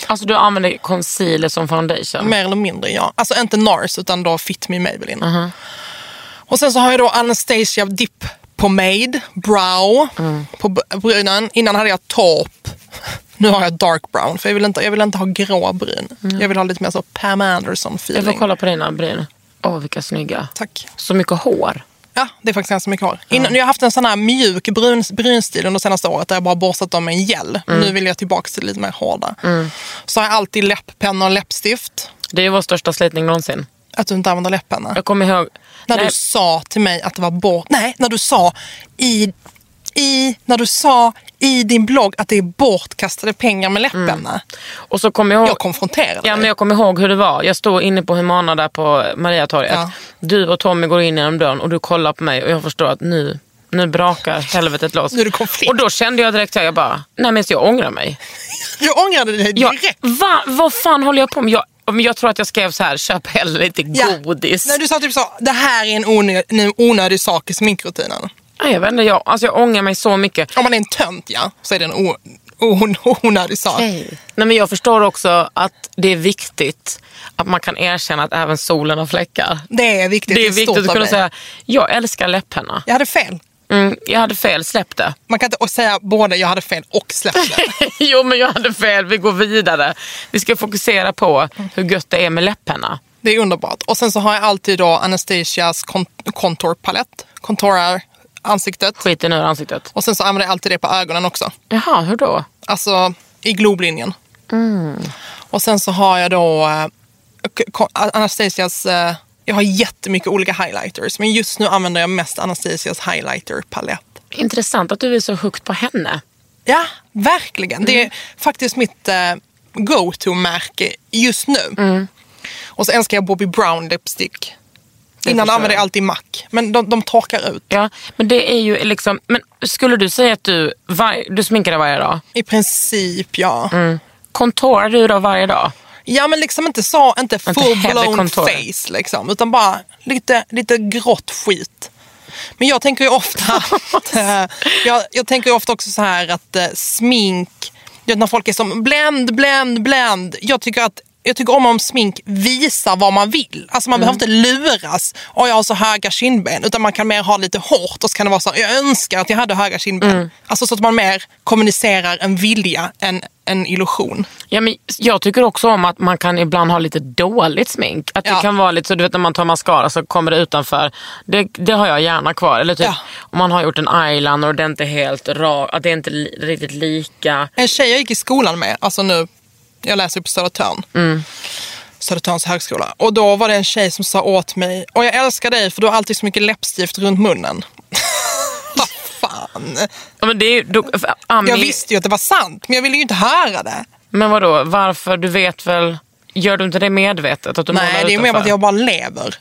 [SPEAKER 1] Alltså du använder concealer som foundation.
[SPEAKER 4] Mer eller mindre ja. Alltså inte NARS utan då Fit Me Maybelline. Och sen så har jag då Anastasia Dip Pomade Brow
[SPEAKER 1] Mm.
[SPEAKER 4] på b- brynen. Innan hade jag taupe. Nu har jag dark brown för jag vill inte, jag vill inte ha grå bryn. Jag vill ha lite mer så Pam Anderson
[SPEAKER 1] Mm. jag
[SPEAKER 4] feeling.
[SPEAKER 1] får kolla på dina bryn. Åh, vilka snygga.
[SPEAKER 4] Tack.
[SPEAKER 1] Så mycket hår.
[SPEAKER 4] Ja, det är faktiskt ganska mycket hår. Innan, Jag har haft en sån här mjuk brun, brunstil under senaste året där jag bara borstat dem med en gel.
[SPEAKER 1] Mm.
[SPEAKER 4] Nu vill jag tillbaka till lite mer hårda. Så har jag alltid läpppenna och läppstift.
[SPEAKER 1] Det är ju vår största slitning någonsin.
[SPEAKER 4] Att du inte använder läpppenna.
[SPEAKER 1] Jag kommer ihåg...
[SPEAKER 4] När
[SPEAKER 1] Nej,
[SPEAKER 4] du sa till mig att det var bort... Nej, när du sa i, i, när du sa i din blogg att det är bortkastade pengar med läpparna.
[SPEAKER 1] Och så kommer jag ihåg...
[SPEAKER 4] Jag konfronterade
[SPEAKER 1] Mm. Ja, men
[SPEAKER 4] dig.
[SPEAKER 1] jag kommer ihåg hur det var. Jag stod inne på Humana där på Mariatorget.
[SPEAKER 4] Ja.
[SPEAKER 1] Du och Tommy går in genom dörren och du kollar på mig och jag förstår att nu, nu brakar helvetet loss.
[SPEAKER 4] Nu är det konflikt.
[SPEAKER 1] Och då kände jag direkt, jag bara, nej men så jag ångrar mig.
[SPEAKER 4] Jag ångrade dig
[SPEAKER 1] Jag,
[SPEAKER 4] direkt.
[SPEAKER 1] va, vad fan håller jag på med? Jag, men jag tror att jag skrev så här, köp hellre lite
[SPEAKER 4] Ja.
[SPEAKER 1] godis.
[SPEAKER 4] När du sa typ så, det här är en onödig, en onödig sak i sminkrutinen.
[SPEAKER 1] Nej, jag, vet inte, jag, alltså jag ångrar mig så mycket.
[SPEAKER 4] Om man är en tönt ja, så är det en o, o, onödig sak.
[SPEAKER 1] Nej, men jag förstår också att det är viktigt att man kan erkänna att även solen har fläckar.
[SPEAKER 4] Det är
[SPEAKER 1] Det
[SPEAKER 4] viktigt.
[SPEAKER 1] är,
[SPEAKER 4] stort
[SPEAKER 1] viktigt att
[SPEAKER 4] av
[SPEAKER 1] kunna
[SPEAKER 4] dig.
[SPEAKER 1] säga, jag älskar läpparna.
[SPEAKER 4] Jag hade fel.
[SPEAKER 1] Mm, jag hade fel, släpp det.
[SPEAKER 4] Man kan inte säga både jag hade fel och släppte.
[SPEAKER 1] jo men jag hade fel, vi går vidare. Vi ska fokusera på hur gött det är med läpparna.
[SPEAKER 4] Det är underbart. Och sen så har jag alltid då Anastasias kon- contour-palett. Contourar ansiktet.
[SPEAKER 1] Skiten ur ansiktet.
[SPEAKER 4] Och sen så använder jag alltid det på ögonen också.
[SPEAKER 1] Jaha, hur då?
[SPEAKER 4] Alltså i globlinjen. Och sen så har jag då eh, k- ko- Anastasias... eh, Jag har jättemycket olika highlighters. Men just nu använder jag mest Anastasias highlighter-palett.
[SPEAKER 1] Intressant att du är så högt på henne.
[SPEAKER 4] Ja, verkligen. Det
[SPEAKER 1] Mm.
[SPEAKER 4] är faktiskt mitt eh, go-to-märke just nu.
[SPEAKER 1] Mm.
[SPEAKER 4] Och så älskar jag Bobbi Brown lipstick. Innan
[SPEAKER 1] förstår
[SPEAKER 4] använde
[SPEAKER 1] jag.
[SPEAKER 4] jag alltid MAC, men de, de torkar ut.
[SPEAKER 1] Ja, men det är ju liksom, men skulle du säga att du, var, du sminkar dig varje dag?
[SPEAKER 4] I princip, ja.
[SPEAKER 1] Mm. Kontorar du då varje dag?
[SPEAKER 4] Ja, men liksom inte så, inte
[SPEAKER 1] heavy
[SPEAKER 4] full-blown
[SPEAKER 1] contour.
[SPEAKER 4] face liksom, utan bara lite, lite grått skit. Men jag tänker ju ofta att, eh, jag, jag tänker ju ofta också så här att eh, smink, du vet när folk är som bländ, bländ, bländ. Jag tycker att jag tycker om om smink visar vad man vill. Alltså man behöver inte luras och jag har så höga kindben. Utan man kan mer ha lite hårt och så kan det vara så här, jag önskar att jag hade höga kindben. Alltså så att man mer kommunicerar en vilja än en illusion.
[SPEAKER 1] Ja, men jag tycker också om att man kan ibland ha lite dåligt smink. Att Det
[SPEAKER 4] Ja.
[SPEAKER 1] kan vara lite så, du vet när man tar mascara så kommer det utanför. Det, det har jag gärna kvar. Eller typ
[SPEAKER 4] Ja.
[SPEAKER 1] om man har gjort en eyeliner och det är inte helt rak, att det är inte li, riktigt lika.
[SPEAKER 4] En tjej jag gick i skolan med, alltså nu, jag läser ju på Södertörn. Södertörns högskola. Och då var det en tjej som sa åt mig, och jag älskar dig för du har alltid så mycket läppstift runt munnen. Vad fan.
[SPEAKER 1] Ja, Men, det är, ju- då, för- Ami,
[SPEAKER 4] Jag visste ju att det var sant, men jag ville ju inte höra det.
[SPEAKER 1] men vadå, varför? Du vet väl? Gör du inte det medvetet? Att du målar
[SPEAKER 4] Nej, det är mer
[SPEAKER 1] utanför?
[SPEAKER 4] bara att jag bara lever.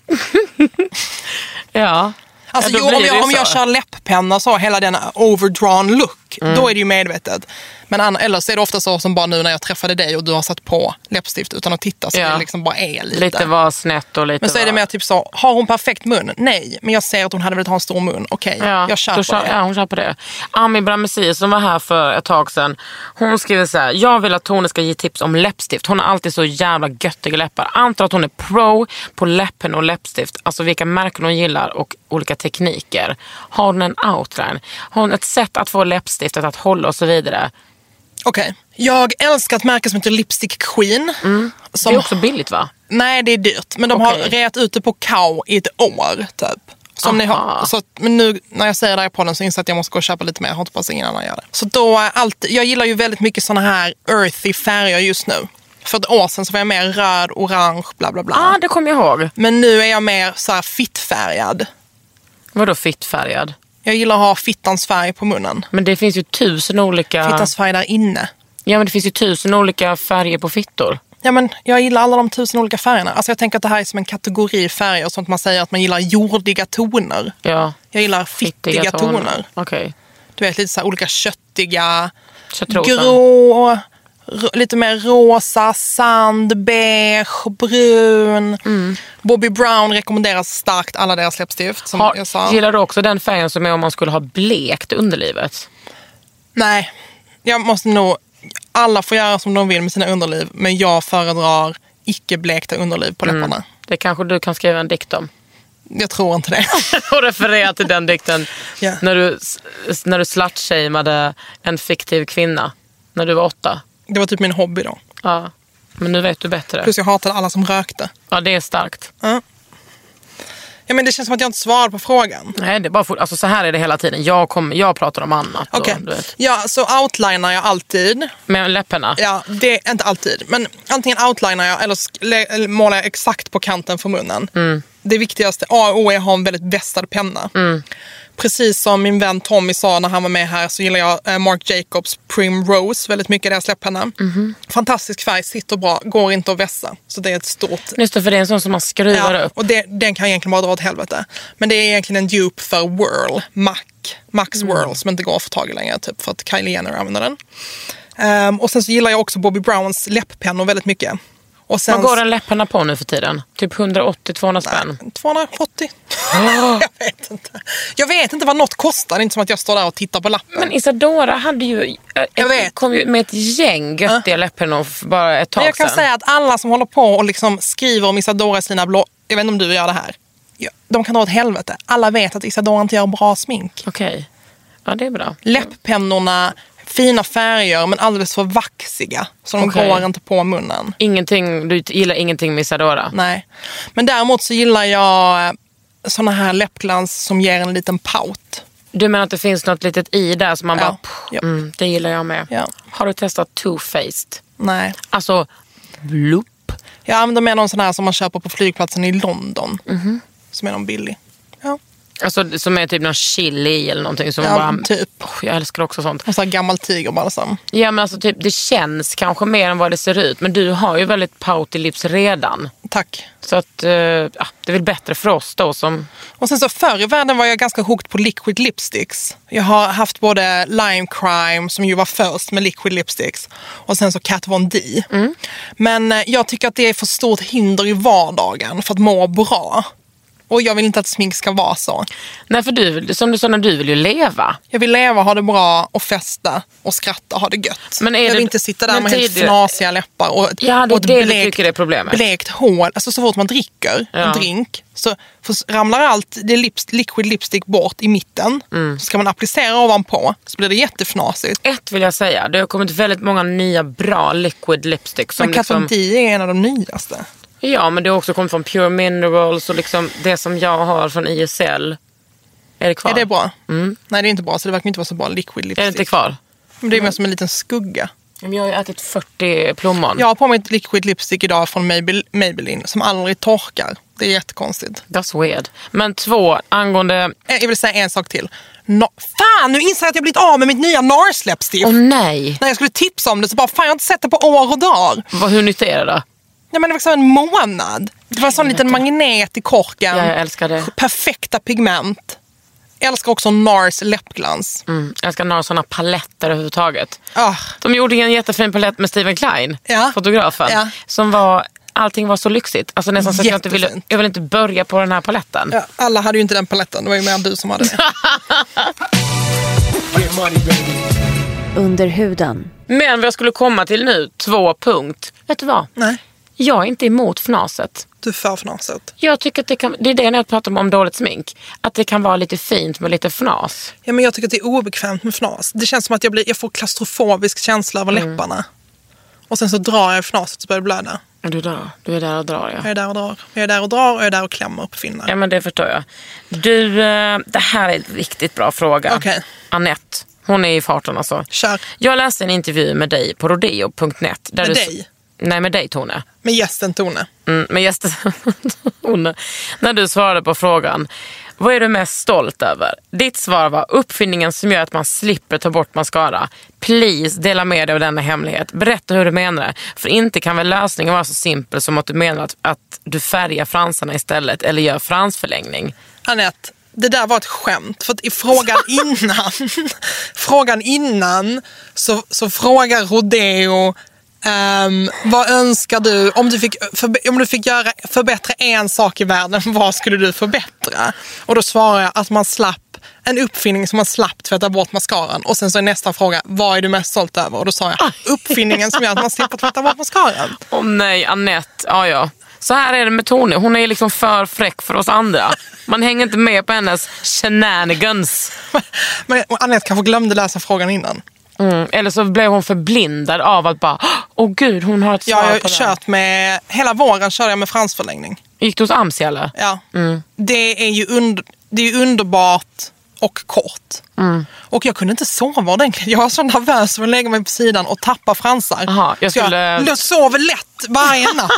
[SPEAKER 1] Ja.
[SPEAKER 4] Alltså,
[SPEAKER 1] Ja, då
[SPEAKER 4] jo,
[SPEAKER 1] blir
[SPEAKER 4] om,
[SPEAKER 1] det ju
[SPEAKER 4] jag, om jag
[SPEAKER 1] så.
[SPEAKER 4] kör läpppenna så, hela den overdrawn look, då är det ju medvetet. Men ann- annars är det ofta så som bara nu när jag träffade dig och du har satt på läppstift utan att titta så
[SPEAKER 1] Ja.
[SPEAKER 4] det liksom bara är lite.
[SPEAKER 1] Lite var snett och lite
[SPEAKER 4] Men så är det
[SPEAKER 1] var-
[SPEAKER 4] mer typ så, har hon perfekt mun? Nej, men jag ser att hon hade velat ha en stor mun. Okej,
[SPEAKER 1] Ja,
[SPEAKER 4] jag
[SPEAKER 1] då
[SPEAKER 4] köper
[SPEAKER 1] kör-
[SPEAKER 4] det.
[SPEAKER 1] Ja, hon kör på det. Ami Bramesi som var här för ett tag sedan. Hon skriver så här. Jag vill att Tone ska ge tips om läppstift. Hon har alltid så jävla göttiga läppar. Antar att hon är pro på läppen och läppstift. Alltså vilka märken hon gillar och olika tekniker. Har hon en outline? Har hon ett sätt att få läppstiftet att hålla och så vidare?
[SPEAKER 4] Okej. Jag älskar ett märke som heter Lipstick Queen. Som,
[SPEAKER 1] Mm. Det är också billigt va?
[SPEAKER 4] Nej, det är dyrt. Men de har
[SPEAKER 1] Okej.
[SPEAKER 4] reat ut det på Kao i ett år typ. Som ni har,
[SPEAKER 1] Aha.
[SPEAKER 4] så att, men nu när jag säger det här på den så inser jag att jag måste gå och köpa lite mer. Jag har inte passat innan jag gör det. Så då, är allt, jag gillar ju väldigt mycket såna här earthy färger just nu. För ett år sedan så var jag mer röd, orange, bla bla bla.
[SPEAKER 1] ah, det kommer jag ihåg.
[SPEAKER 4] Men nu är jag mer så här fittfärgad.
[SPEAKER 1] Vadå fittfärgad?
[SPEAKER 4] Jag gillar att ha fittans färg på munnen.
[SPEAKER 1] Men det finns ju tusen olika...
[SPEAKER 4] Fittans färg där inne.
[SPEAKER 1] Ja, men det finns ju tusen olika färger på fittor.
[SPEAKER 4] Ja, men jag gillar alla de tusen olika färgerna. Alltså jag tänker att det här är som en kategori färger, sånt man säger att man gillar jordiga toner.
[SPEAKER 1] Ja.
[SPEAKER 4] Jag gillar fittiga, toner.
[SPEAKER 1] Okej.
[SPEAKER 4] Du vet lite så här olika köttiga,
[SPEAKER 1] Köttrosa.
[SPEAKER 4] grå, r- lite mer rosa, sand, beige, brun. Bobby Brown rekommenderas starkt alla deras läppstift. Som jag sa.
[SPEAKER 1] Har, gillar du också den färgen som är om man skulle ha blekt underlivet?
[SPEAKER 4] Nej, jag måste nog... Alla får göra som de vill med sina underliv, men jag föredrar icke blekta underliv på läpparna.
[SPEAKER 1] Mm. Det kanske du kan skriva en dikt om.
[SPEAKER 4] Jag tror inte det.
[SPEAKER 1] och referera till den dikten
[SPEAKER 4] Ja.
[SPEAKER 1] när du, s- när du slutshameade en fiktiv kvinna när du var åtta.
[SPEAKER 4] Det var typ min hobby då.
[SPEAKER 1] Ja. Men nu vet du bättre.
[SPEAKER 4] Plus jag hatade alla som rökte.
[SPEAKER 1] Ja, det är starkt.
[SPEAKER 4] Ja. Ja, men det känns som att jag inte svarar på frågan.
[SPEAKER 1] Nej, det är bara for- alltså, så här är det hela tiden. Jag, kom, jag pratar om annat. och,
[SPEAKER 4] Okej,
[SPEAKER 1] du vet.
[SPEAKER 4] ja, så outlinar jag alltid.
[SPEAKER 1] Med läpparna.
[SPEAKER 4] Ja, det är inte alltid. Men antingen outlinar jag eller sk- le- eller målar jag exakt på kanten för munnen.
[SPEAKER 1] Mm.
[SPEAKER 4] Det viktigaste, A och O, är att ha en väldigt vässad penna. Precis som min vän Tommy sa när han var med här så gillar jag eh, Marc Jacobs Primrose väldigt mycket, deras läppenna.
[SPEAKER 1] Mhm.
[SPEAKER 4] Fantastisk färg, sitter bra, går inte att vässa. Så det är ett stort...
[SPEAKER 1] Just det, för det är en sån som man skruvar
[SPEAKER 4] Ja,
[SPEAKER 1] upp.
[SPEAKER 4] och det, den kan egentligen bara dra åt helvete. Men det är egentligen en dupe för Whirl, Mac, Max
[SPEAKER 1] Mm.
[SPEAKER 4] Whirl som inte går att få tag i längre typ, för att Kylie Jenner använder den. Ehm, och sen så gillar jag också Bobby Browns läpppennor väldigt mycket. Och sen
[SPEAKER 1] Vad går den läpparna på nu för tiden? Typ 180-200 spänn?
[SPEAKER 4] 280.
[SPEAKER 1] Ah.
[SPEAKER 4] jag vet inte. Jag vet inte vad något kostar, det är inte som att jag står där och tittar på lappen.
[SPEAKER 1] Men Isadora hade ju, äh,
[SPEAKER 4] Jag
[SPEAKER 1] ett,
[SPEAKER 4] vet.
[SPEAKER 1] kom ju med ett gäng göttiga läpparna f- bara ett tag
[SPEAKER 4] Men jag kan
[SPEAKER 1] sedan.
[SPEAKER 4] säga att alla som håller på och liksom skriver om Isadora i sina blogg, jag vet inte om du gör det här, Ja, de kan dra åt helvete. Alla vet att Isadora inte gör bra smink.
[SPEAKER 1] Okej. Ja, det är bra.
[SPEAKER 4] läpppennorna, fina färger men alldeles för vaxiga. Så de
[SPEAKER 1] Okej.
[SPEAKER 4] går inte på munnen.
[SPEAKER 1] Ingenting, du gillar ingenting med Isadora?
[SPEAKER 4] Nej. Men däremot så gillar jag eh, såna här läppglans som ger en liten pout.
[SPEAKER 1] Du menar att det finns något litet i där som man
[SPEAKER 4] Ja.
[SPEAKER 1] bara... pff,
[SPEAKER 4] Ja.
[SPEAKER 1] Mm, det gillar jag med.
[SPEAKER 4] Ja.
[SPEAKER 1] Har du testat two-faced?
[SPEAKER 4] Nej.
[SPEAKER 1] Alltså, bloop.
[SPEAKER 4] Jag använder med någon sån här som man köper på flygplatsen i London.
[SPEAKER 1] Mhm.
[SPEAKER 4] Som är någon billig. Ja.
[SPEAKER 1] Alltså, som är typ någon chili i eller någonting. Som
[SPEAKER 4] Ja,
[SPEAKER 1] man bara,
[SPEAKER 4] typ.
[SPEAKER 1] "Åh, jag älskar också sånt.
[SPEAKER 4] Och så här gammal tigerbalsam.
[SPEAKER 1] Ja, men alltså, typ, det känns kanske mer än vad det ser ut. Men du har ju väldigt pouty lips redan.
[SPEAKER 4] Tack.
[SPEAKER 1] Så att, eh, ja, det är väl bättre för oss då som...
[SPEAKER 4] Och sen så förr i världen var jag ganska hooked på liquid lipsticks. Jag har haft både Lime Crime som ju var först med liquid lipsticks och sen så Kat Von D. Men eh, jag tycker att det är för stort hinder i vardagen för att må bra. Och jag vill inte att smink ska vara så.
[SPEAKER 1] Nej, för du, som du sa, när du vill ju leva.
[SPEAKER 4] Jag vill leva, ha det bra och festa och skratta och ha det gött.
[SPEAKER 1] Men är
[SPEAKER 4] jag
[SPEAKER 1] det-
[SPEAKER 4] vill inte sitta där
[SPEAKER 1] men
[SPEAKER 4] med helt
[SPEAKER 1] tidigare-
[SPEAKER 4] fnasiga läppar och ett,
[SPEAKER 1] Ja, det är
[SPEAKER 4] och ett
[SPEAKER 1] det du tycker är problemet.
[SPEAKER 4] blekt hål. Alltså så fort man dricker
[SPEAKER 1] Ja.
[SPEAKER 4] en drink så får- ramlar allt det lips, liquid lipstick bort i mitten.
[SPEAKER 1] Mm.
[SPEAKER 4] Så ska man applicera ovanpå så blir det jättefnasigt.
[SPEAKER 1] Ett vill jag säga, det har kommit väldigt många nya bra liquid lipsticks. Som
[SPEAKER 4] Men Kat Von
[SPEAKER 1] liksom,
[SPEAKER 4] D är en av de nyaste.
[SPEAKER 1] ja, men det har också kommit från Pure Minerals och liksom det som jag har från ISL. Är det kvar?
[SPEAKER 4] Är det bra? Nej, det är inte bra. Så det verkar inte vara så bra liquid
[SPEAKER 1] Mm. Är det
[SPEAKER 4] lipstick.
[SPEAKER 1] inte kvar?
[SPEAKER 4] Men det är mer som en liten skugga.
[SPEAKER 1] Men Jag har ju ätit 40 plommon.
[SPEAKER 4] Jag har på mig ett liquid lipstick idag från Maybell- Maybelline som aldrig torkar. Det är jättekonstigt.
[SPEAKER 1] That's weird. Men två, angående...
[SPEAKER 4] Eh, Jag vill säga en sak till. No- fan, nu inser jag att jag blivit av med mitt nya Nars läppstift.
[SPEAKER 1] Åh nej!
[SPEAKER 4] När jag skulle tipsa om det så bara, fan jag har inte sett det på år och dag.
[SPEAKER 1] Vad, hur nytt är det då?
[SPEAKER 4] Nej men det var liksom en månad. Det var en sån liten magnet i korken.
[SPEAKER 1] Ja, jag älskar det.
[SPEAKER 4] Perfekta pigment. Jag älskar också Nars läppglans.
[SPEAKER 1] Mm, jag älskar några sådana paletter överhuvudtaget.
[SPEAKER 4] Ah,
[SPEAKER 1] De gjorde ju en jättefin palett med Steven Klein,
[SPEAKER 4] Ja.
[SPEAKER 1] fotografen.
[SPEAKER 4] Ja.
[SPEAKER 1] Som var, allting var så lyxigt. Alltså nästan så att jag inte ville,
[SPEAKER 4] Jättefint.
[SPEAKER 1] jag ville inte börja på den här paletten.
[SPEAKER 4] ja, alla hade ju inte den paletten, det var ju mer du som hade det.
[SPEAKER 2] Under huden.
[SPEAKER 1] Men vad jag skulle komma till nu, två punkt. Vet du vad?
[SPEAKER 4] Nej,
[SPEAKER 1] Jag är inte emot fnaset.
[SPEAKER 4] du är för fnasigt.
[SPEAKER 1] Jag tycker att det kan, det är det när jag pratar om, om dåligt smink. Att det kan vara lite fint med lite fnas.
[SPEAKER 4] Ja, men jag tycker att det är obekvämt med fnas. Det känns som att jag, blir, jag får klaustrofobisk känsla över
[SPEAKER 1] Mm.
[SPEAKER 4] läpparna. Och sen så drar jag i fnaset så börjar det blöda.
[SPEAKER 1] Är du där? Du är där och drar ja.
[SPEAKER 4] Jag är där och drar. Jag är där och drar och jag är där och klämmer på finnar.
[SPEAKER 1] Ja men det förstår jag. Du, eh, det här är en riktigt bra fråga.
[SPEAKER 4] Okej.
[SPEAKER 1] Anette, hon är i farten alltså.
[SPEAKER 4] Kör.
[SPEAKER 1] Jag läste en intervju med dig på rodeo.net. Där
[SPEAKER 4] Med
[SPEAKER 1] du s-
[SPEAKER 4] dig?
[SPEAKER 1] Nej, med dig Tone.
[SPEAKER 4] Med gästen Tone.
[SPEAKER 1] Mm, med gästen Tone. När du svarade på frågan Vad är du mest stolt över? Ditt svar var uppfinningen som gör att man slipper ta bort mascara. Please, dela med dig av denna hemlighet. Berätta hur du menar det. För inte kan väl lösningen vara så simpel som att du menar att, att du färgar fransarna istället eller gör fransförlängning.
[SPEAKER 4] Anette, det där var ett skämt. För att i frågan innan, frågan innan så, så frågar Rodeo ehm, vad önskar du? Om du fick, förbe- om du fick göra, förbättra en sak i världen, vad skulle du förbättra? Och då svarar jag att man slapp en uppfinning som man slapp tvätta bort mascaran. Och sen så är nästa fråga, vad är du mest stolt över? Och då sa jag uppfinningen som gör att man slipper tvätta bort mascaran.
[SPEAKER 1] Åh nej, Annette. Ja, ja. Så här är det med Tony. Hon är liksom för fräck för oss andra. Man hänger inte med på hennes shenanigans.
[SPEAKER 4] Men och Anette kanske glömde läsa frågan innan.
[SPEAKER 1] Mm. Eller så blev hon förblindad av att bara, åh gud hon har ett svar
[SPEAKER 4] Jag har ju
[SPEAKER 1] på den.
[SPEAKER 4] kört med, hela våren körde jag med fransförlängning.
[SPEAKER 1] Gick du hos Amsi eller?
[SPEAKER 4] Ja.
[SPEAKER 1] Mm.
[SPEAKER 4] Det är ju und- det är ju underbart och kort.
[SPEAKER 1] Mm.
[SPEAKER 4] Och jag kunde inte sova ordentligt. Jag var så nervös för att lägga mig på sidan och tappa fransar.
[SPEAKER 1] Aha, jag
[SPEAKER 4] Så
[SPEAKER 1] skulle-
[SPEAKER 4] jag, jag sover lätt varje natt.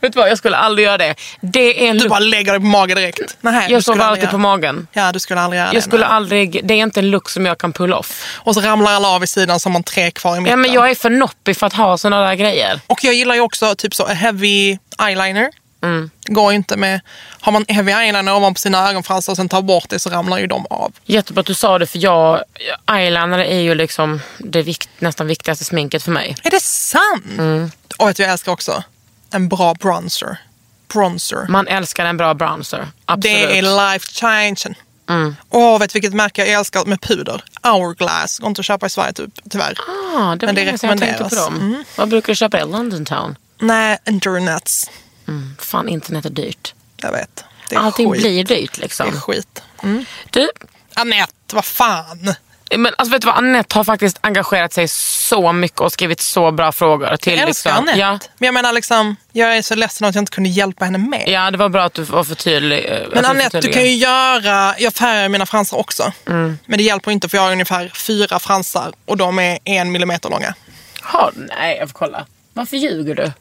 [SPEAKER 1] Vet du vad, jag skulle aldrig göra det. Det är en
[SPEAKER 4] Du bara lägger dig på magen direkt. Nej,
[SPEAKER 1] Jag
[SPEAKER 4] du skulle
[SPEAKER 1] sover
[SPEAKER 4] aldrig
[SPEAKER 1] alltid på
[SPEAKER 4] göra-
[SPEAKER 1] magen.
[SPEAKER 4] Ja, du skulle aldrig göra
[SPEAKER 1] Jag
[SPEAKER 4] det.
[SPEAKER 1] skulle
[SPEAKER 4] nej.
[SPEAKER 1] aldrig, det är inte en look som jag kan pull off.
[SPEAKER 4] Och så ramlar alla av i sidan som man tre kvar i
[SPEAKER 1] Ja,
[SPEAKER 4] mitten.
[SPEAKER 1] men jag är för noppig för att ha såna där grejer.
[SPEAKER 4] Och jag gillar ju också typ så heavy eyeliner.
[SPEAKER 1] Mm.
[SPEAKER 4] Går ju inte med... Har man heavy eyeliner ovanpå sina ögonfransar och sen tar bort det så ramlar ju de av.
[SPEAKER 1] Jättebra att du sa det för jag, eyeliner är ju liksom det vikt, nästan viktigaste sminket för mig.
[SPEAKER 4] Är det sant?
[SPEAKER 1] Mm.
[SPEAKER 4] Och vet du, jag älskar också en bra bronzer. Bronzer.
[SPEAKER 1] Man älskar en bra bronzer. Mm, Absolut. Mm.
[SPEAKER 4] Det är life changing. Åh, vet du vilket märke jag älskar med puder? Hourglass. Går inte att köpa i Sverige typ, tyvärr.
[SPEAKER 1] ah, det var
[SPEAKER 4] Men det
[SPEAKER 1] länge sedan jag tänkte på
[SPEAKER 4] rekommenderas. Mm.
[SPEAKER 1] dem. Vad brukar du köpa i London Town?
[SPEAKER 4] Nej, internets.
[SPEAKER 1] Fan, internet är dyrt.
[SPEAKER 4] Jag vet. Det är
[SPEAKER 1] Allting
[SPEAKER 4] skit.
[SPEAKER 1] blir dyrt
[SPEAKER 4] Det
[SPEAKER 1] liksom.
[SPEAKER 4] är skit. Mm.
[SPEAKER 1] Du,
[SPEAKER 4] Anette, vad fan!
[SPEAKER 1] men alltså vet du vad? Annette har faktiskt engagerat sig så mycket och skrivit så bra frågor. Till,
[SPEAKER 4] Jag älskar
[SPEAKER 1] liksom.
[SPEAKER 4] Anette.
[SPEAKER 1] Ja,
[SPEAKER 4] Men jag menar liksom, jag är så ledsen att jag inte kunde hjälpa henne med.
[SPEAKER 1] Ja, det var bra att du var för tydlig. eh, att
[SPEAKER 4] Men
[SPEAKER 1] var
[SPEAKER 4] Anette, du
[SPEAKER 1] förtydligad.
[SPEAKER 4] kan ju göra... Jag färgar mina fransar också.
[SPEAKER 1] Mm.
[SPEAKER 4] Men det hjälper inte för jag har ungefär fyra fransar och de är en millimeter långa.
[SPEAKER 1] Ha, nej, jag får kolla. Varför ljuger du?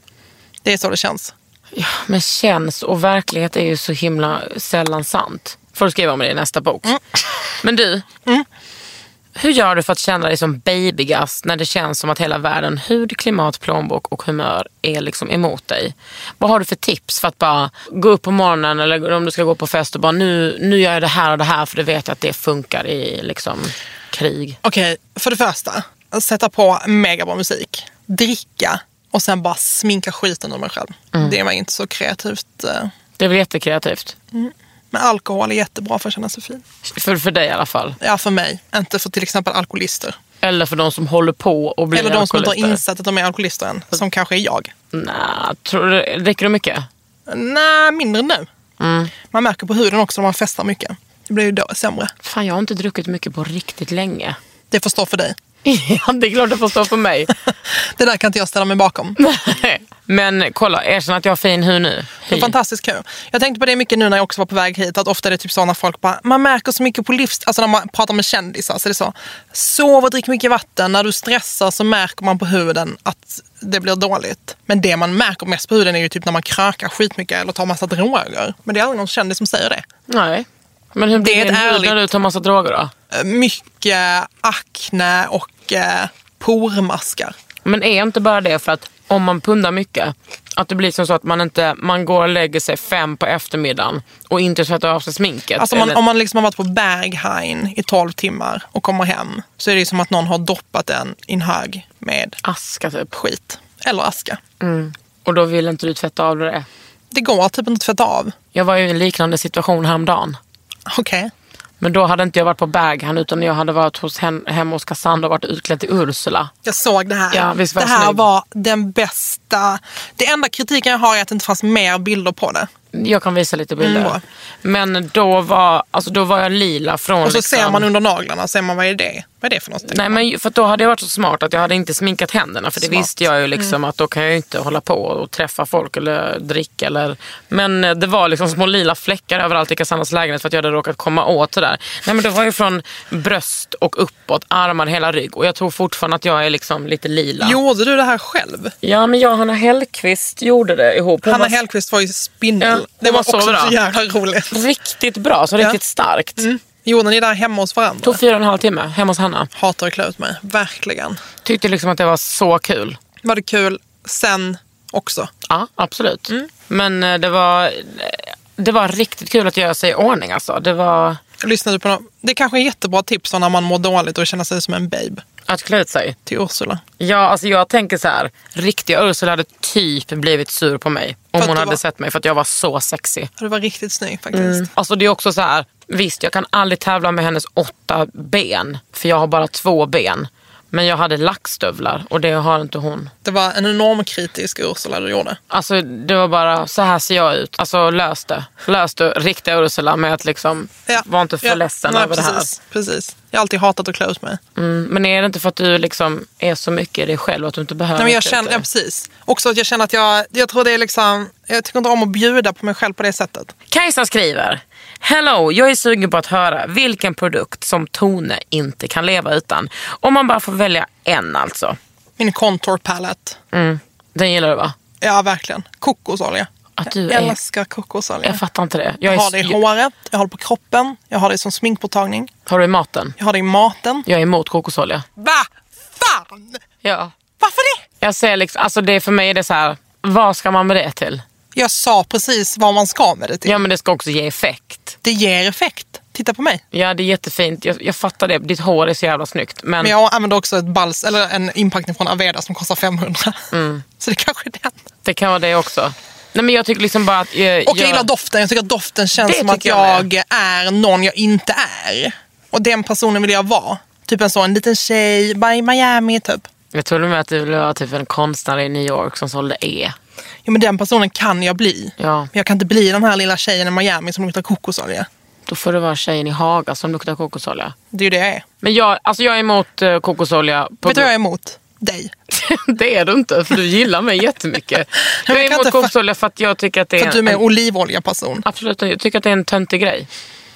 [SPEAKER 4] Det är så det känns.
[SPEAKER 1] Ja, men känns och verklighet är ju så himla sällan sant. Får du skriva om det i nästa bok.
[SPEAKER 4] Mm.
[SPEAKER 1] Men du, hur gör du för att känna dig som babygast när det känns som att hela världen, hud, klimat, plånbok och humör är liksom emot dig? Vad har du för tips för att bara gå upp på morgonen eller om du ska gå på fest och bara nu, nu gör jag det här och det här för det vet jag att det funkar i liksom krig.
[SPEAKER 4] Okej, för det första. Sätta på mega bra musik. Dricka och sen bara sminka skiten ur mig själv.
[SPEAKER 1] Mm.
[SPEAKER 4] Det var inte så kreativt. eh.
[SPEAKER 1] Det är väl jättekreativt?
[SPEAKER 4] Men alkohol är jättebra för att känna sig fin.
[SPEAKER 1] För, för dig i alla fall.
[SPEAKER 4] Ja, för mig. Inte för till exempel alkoholister.
[SPEAKER 1] Eller för de som håller på och blir
[SPEAKER 4] Eller de som inte har
[SPEAKER 1] alkoholister.
[SPEAKER 4] insett att de är alkoholister än. Som kanske är jag.
[SPEAKER 1] Nja, tror du, dricker du mycket?
[SPEAKER 4] Nej, mindre nu. Man märker på huden också när man festar mycket. Det blir ju då sämre.
[SPEAKER 1] Fan, jag har inte druckit mycket på riktigt länge.
[SPEAKER 4] Det får stå för dig.
[SPEAKER 1] Ja, det är klart det får stå för mig.
[SPEAKER 4] Det där kan inte jag ställa mig bakom.
[SPEAKER 1] Men kolla, erkänn att jag har fin hy nu.
[SPEAKER 4] Det
[SPEAKER 1] Hy.
[SPEAKER 4] är fantastisk kö. Jag tänkte på det mycket nu när jag också var på väg hit. Att ofta är det typ så när folk bara, man märker så mycket på livs... Alltså när man pratar med kändisar så är det så. Sov och drick mycket vatten. När du stressar så märker man på huden att det blir dåligt. Men det man märker mest på huden är ju typ när man krökar skitmycket eller tar massa droger. Men det är aldrig någon kändis som säger det.
[SPEAKER 1] Nej. Men hur blir
[SPEAKER 4] Det är
[SPEAKER 1] din
[SPEAKER 4] ett
[SPEAKER 1] hud
[SPEAKER 4] ärligt-
[SPEAKER 1] när du tar massa droger då?
[SPEAKER 4] Eh, Mycket akne och eh, pormaskar.
[SPEAKER 1] Men är inte bara det för att om man pundar mycket, att det blir som så att man inte, man går och lägger sig fem på eftermiddagen och inte tvättar av sig sminket.
[SPEAKER 4] Alltså man,
[SPEAKER 1] eller-
[SPEAKER 4] om man liksom har varit på Berghain i 12 timmar och kommer hem så är det ju som att någon har doppat en i en hög med
[SPEAKER 1] Aska typ.
[SPEAKER 4] skit. Eller aska.
[SPEAKER 1] Och då vill inte du tvätta av dig det.
[SPEAKER 4] Det går typ inte att tvätta av.
[SPEAKER 1] Jag var ju i en liknande situation häromdagen.
[SPEAKER 4] Okej.
[SPEAKER 1] Men då hade inte jag varit på Berghain utan jag hade varit hos hen, hemma hos Cassandra och varit utklädd till Ursula.
[SPEAKER 4] Jag såg det här.
[SPEAKER 1] Ja, visst var
[SPEAKER 4] det
[SPEAKER 1] jag
[SPEAKER 4] här
[SPEAKER 1] snygg.
[SPEAKER 4] var den bästa. Det enda kritiken jag har är att det inte fanns mer bilder på det.
[SPEAKER 1] Jag kan visa lite bilder.
[SPEAKER 4] Mm, bra.
[SPEAKER 1] Men då var, alltså, då var jag lila från...
[SPEAKER 4] Och så
[SPEAKER 1] liksom-
[SPEAKER 4] ser man under naglarna, ser man vad är det? Vad är det för något?
[SPEAKER 1] Nej men ju- för att då hade jag varit så smart att jag hade inte sminkat händerna för det
[SPEAKER 4] Smart. Mm.
[SPEAKER 1] visste jag ju liksom att då kan jag ju inte hålla på och träffa folk eller dricka eller Men eh, det var liksom små lila fläckar överallt i Cassandras lägenhet för att jag hade råkat komma åt det där. Nej men det var ju från bröst och uppåt, armar, hela rygg och jag tror fortfarande att jag är liksom lite lila.
[SPEAKER 4] Gjorde du det här själv?
[SPEAKER 1] Ja men jag och Hanna Hellqvist gjorde det ihop. Hon
[SPEAKER 4] Hanna
[SPEAKER 1] var-
[SPEAKER 4] Hellquist var ju
[SPEAKER 1] Ja,
[SPEAKER 4] spindel. kväll. Det
[SPEAKER 1] Och
[SPEAKER 4] var
[SPEAKER 1] vad sa
[SPEAKER 4] också
[SPEAKER 1] vi då?
[SPEAKER 4] så jävla roligt.
[SPEAKER 1] Riktigt bra, så
[SPEAKER 4] Ja.
[SPEAKER 1] riktigt starkt.
[SPEAKER 4] Mm. Gjorde ni det här hemma hos varandra?
[SPEAKER 1] Tog fyra och en halv timme hemma hos Hanna.
[SPEAKER 4] Hatar att klä ut mig, verkligen.
[SPEAKER 1] Tyckte liksom att det var så kul.
[SPEAKER 4] Var det kul sen också?
[SPEAKER 1] Ja, absolut. Men eh, det var, det var riktigt kul att göra sig i ordning alltså. Det var
[SPEAKER 4] Lyssnade du på någon? Det kanske är jättebra tips om när man mår dåligt och känner sig som en babe
[SPEAKER 1] att klä ut sig.
[SPEAKER 4] till Ursula.
[SPEAKER 1] Ja, alltså jag tänker så här. Riktiga Ursula hade typ blivit sur på mig om
[SPEAKER 4] att
[SPEAKER 1] hon
[SPEAKER 4] du
[SPEAKER 1] hade
[SPEAKER 4] var-
[SPEAKER 1] sett mig för att jag var så sexig.
[SPEAKER 4] Du var riktigt snygg faktiskt.
[SPEAKER 1] Alltså det är också så här. Visst, jag kan aldrig tävla med hennes åtta ben. För jag har bara två ben. Men jag hade lackstövlar och det har inte hon.
[SPEAKER 4] Det var en enorm kritisk Ursula du gjorde.
[SPEAKER 1] Alltså det var bara, så här ser jag ut. Alltså lös det. Lös det riktiga Ursula med att liksom,
[SPEAKER 4] Ja.
[SPEAKER 1] var inte för
[SPEAKER 4] Ja.
[SPEAKER 1] ledsen
[SPEAKER 4] Nej,
[SPEAKER 1] över det här.
[SPEAKER 4] precis, Precis. Jag har alltid hatat att klä ut mig.
[SPEAKER 1] Mm, men är det inte för att du liksom är så mycket i dig själv att du inte behöver typ
[SPEAKER 4] Nej, men jag
[SPEAKER 1] klä ut
[SPEAKER 4] känner,
[SPEAKER 1] dig?
[SPEAKER 4] ja, precis. Också att jag känner att jag, jag tror det är liksom, jag tycker inte om att bjuda på mig själv på det sättet.
[SPEAKER 1] Kajsa skriver. Hello, jag är sugen på att höra vilken produkt som Tone inte kan leva utan. Om man bara får välja en alltså.
[SPEAKER 4] Min contour palette.
[SPEAKER 1] Mm. Den gillar du va?
[SPEAKER 4] Ja, verkligen. Kokosolja.
[SPEAKER 1] Att du
[SPEAKER 4] jag
[SPEAKER 1] är-
[SPEAKER 4] älskar kokosolja.
[SPEAKER 1] Jag fattar inte det. Jag
[SPEAKER 4] Jag
[SPEAKER 1] är,
[SPEAKER 4] har det i håret, jag har det på kroppen, jag har det som sminkpåtagning,
[SPEAKER 1] har du i maten?
[SPEAKER 4] jag har det i maten.
[SPEAKER 1] Jag är emot kokosolja.
[SPEAKER 4] Va? Fan!
[SPEAKER 1] Ja.
[SPEAKER 4] Varför det?
[SPEAKER 1] Jag ser liksom, alltså det är för mig är det så här, vad ska man med det till?
[SPEAKER 4] Jag sa precis vad man ska med det till.
[SPEAKER 1] Ja men det ska också ge effekt.
[SPEAKER 4] Det ger effekt. Titta på mig.
[SPEAKER 1] Ja det är jättefint, jag, jag fattar det. Ditt hår är så jävla snyggt. Men,
[SPEAKER 4] Men jag använder också ett bals, eller en inpackning från Aveda som kostar 500.
[SPEAKER 1] Mm.
[SPEAKER 4] Så det kanske är den.
[SPEAKER 1] det kan vara det också. Nej men jag tycker liksom bara att... eh,
[SPEAKER 4] Och jag
[SPEAKER 1] jag-
[SPEAKER 4] gillar doften. Jag tycker att doften känns
[SPEAKER 1] Det
[SPEAKER 4] som att
[SPEAKER 1] tycker jag
[SPEAKER 4] jag,
[SPEAKER 1] med.
[SPEAKER 4] är någon jag inte är. Och den personen vill jag vara. Typ en sån en liten tjej, bara i Miami typ.
[SPEAKER 1] Jag trodde med att du ville vara typ en konstnär i New York som sålde E.
[SPEAKER 4] Ja men den personen kan jag bli.
[SPEAKER 1] Ja.
[SPEAKER 4] Men jag kan inte bli den här lilla tjejen i Miami som luktar kokosolja.
[SPEAKER 1] Då får du vara tjejen i Haga som luktar kokosolja.
[SPEAKER 4] Det är ju det jag är.
[SPEAKER 1] Men jag, alltså jag är emot eh, kokosolja. På
[SPEAKER 4] Vet du vad jag är emot? Dig.
[SPEAKER 1] det är du inte, för du gillar mig jättemycket. Jag
[SPEAKER 4] men jag
[SPEAKER 1] är
[SPEAKER 4] kan
[SPEAKER 1] emot
[SPEAKER 4] inte fa-
[SPEAKER 1] kokosolja för att jag tycker att det
[SPEAKER 4] För att
[SPEAKER 1] är,
[SPEAKER 4] du är
[SPEAKER 1] en,
[SPEAKER 4] med olivolja-person.
[SPEAKER 1] absolut, jag tycker att det är en töntig grej.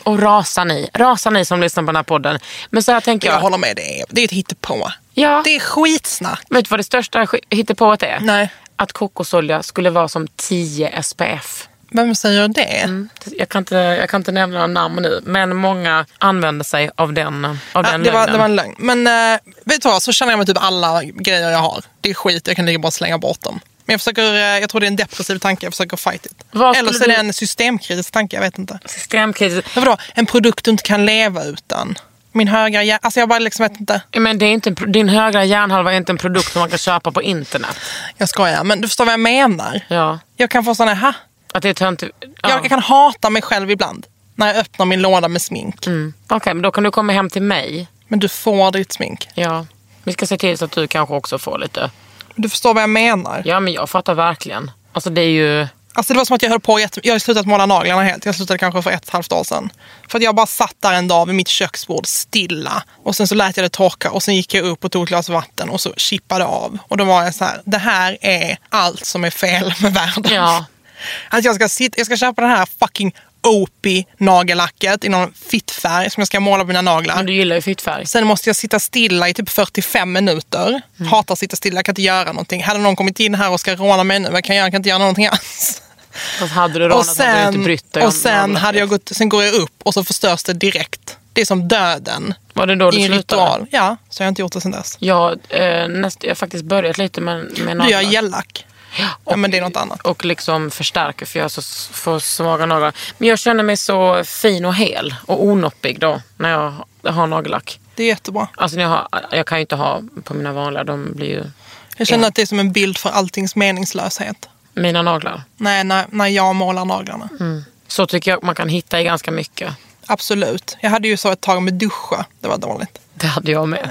[SPEAKER 1] Och rasa ni, rasa ni som lyssnar på den här podden. Men så här tänker
[SPEAKER 4] Jag
[SPEAKER 1] jag.
[SPEAKER 4] håller med, det är, det är ett hittepå.
[SPEAKER 1] ja,
[SPEAKER 4] Det är skitsnack.
[SPEAKER 1] Vet du vad det största sk- hittepået är?
[SPEAKER 4] Nej.
[SPEAKER 1] Att kokosolja skulle vara som 10 SPF.
[SPEAKER 4] Vem säger det?
[SPEAKER 1] Mm. Jag kan, inte, jag kan inte nämna några namn nu, men många använder sig av den, av
[SPEAKER 4] Ja,
[SPEAKER 1] den
[SPEAKER 4] det, var,
[SPEAKER 1] lögnen.
[SPEAKER 4] det var en lögn. Men eh, vet du vad, så känner jag med typ alla grejer jag har. Det är skit, jag kan lika bara slänga bort dem. Men jag, försöker, eh, jag tror det är en depressiv tanke, jag försöker fight it.
[SPEAKER 1] Vad skulle
[SPEAKER 4] Eller så är det
[SPEAKER 1] du-
[SPEAKER 4] en systemkritisk tanke, jag vet inte.
[SPEAKER 1] Systemkris.
[SPEAKER 4] Men vadå, en produkt du inte kan leva utan? Min högra hjärna, alltså jag bara liksom vet inte.
[SPEAKER 1] Men det är inte en, pro- din högra hjärnhalva är inte en produkt som man kan köpa på internet.
[SPEAKER 4] Jag skojar, men du förstår vad jag menar.
[SPEAKER 1] Ja.
[SPEAKER 4] Jag kan få sån här, ha.
[SPEAKER 1] Att det är töntigt. Ja.
[SPEAKER 4] Jag, jag kan hata mig själv ibland. När jag öppnar min låda med smink.
[SPEAKER 1] Mm. Okej, men då kan du komma hem till mig.
[SPEAKER 4] Men du får ditt smink.
[SPEAKER 1] Ja. Vi ska se till så att du kanske också får lite.
[SPEAKER 4] Du förstår vad jag menar.
[SPEAKER 1] Ja, men jag fattar verkligen. Alltså det är ju...
[SPEAKER 4] Alltså det var som att jag höll på, jätte- jag har slutat måla naglarna helt. Jag slutade kanske för ett och ett halvt år sedan. För att jag bara satt där en dag vid mitt köksbord stilla. Och sen så lät jag det torka och sen gick jag upp och tog ett glas vatten och så chippade av. Och då var jag så här, det här är allt som är fel med världen.
[SPEAKER 1] Ja.
[SPEAKER 4] Att jag ska, sitta, jag ska köpa det här fucking opie nagellacket i någon fittfärg som jag ska måla på mina naglar.
[SPEAKER 1] Men du gillar ju fittfärg.
[SPEAKER 4] Sen måste jag sitta stilla i typ 45 minuter. Hatar att sitta stilla, jag kan inte göra någonting. Hade någon kommit in här och ska råna mig nu, vad kan jag göra? Jag kan inte göra någonting alls.
[SPEAKER 1] Fast hade du rånat
[SPEAKER 4] Och
[SPEAKER 1] hade du
[SPEAKER 4] sen,
[SPEAKER 1] inte brytt dig
[SPEAKER 4] och
[SPEAKER 1] om
[SPEAKER 4] sen,
[SPEAKER 1] någon-
[SPEAKER 4] hade jag gått, sen går jag upp och så förstörs det direkt. Det är som döden.
[SPEAKER 1] Var det då du
[SPEAKER 4] I en
[SPEAKER 1] slutade?
[SPEAKER 4] ritual. Ja, så jag har inte gjort det sen dess.
[SPEAKER 1] Ja, eh, näst, jag har faktiskt börjat lite med, med
[SPEAKER 4] Du,
[SPEAKER 1] naglar.
[SPEAKER 4] jag är gällack. Ja, men det är något annat.
[SPEAKER 1] och liksom förstärker för jag har så s- får svaga naglar. Men jag känner mig så fin och hel och onoppig då när jag ha- har nagellack.
[SPEAKER 4] Det är jättebra.
[SPEAKER 1] Alltså när jag, har, jag kan ju inte ha på mina vanliga, de blir ju
[SPEAKER 4] Jag känner att det är som en bild för alltings meningslöshet.
[SPEAKER 1] mina naglar.
[SPEAKER 4] Nej, när, när jag målar naglarna.
[SPEAKER 1] Så tycker jag man kan hitta i ganska mycket.
[SPEAKER 4] Absolut. Jag hade ju så ett tag med duscha. Det var dåligt.
[SPEAKER 1] Det hade jag med.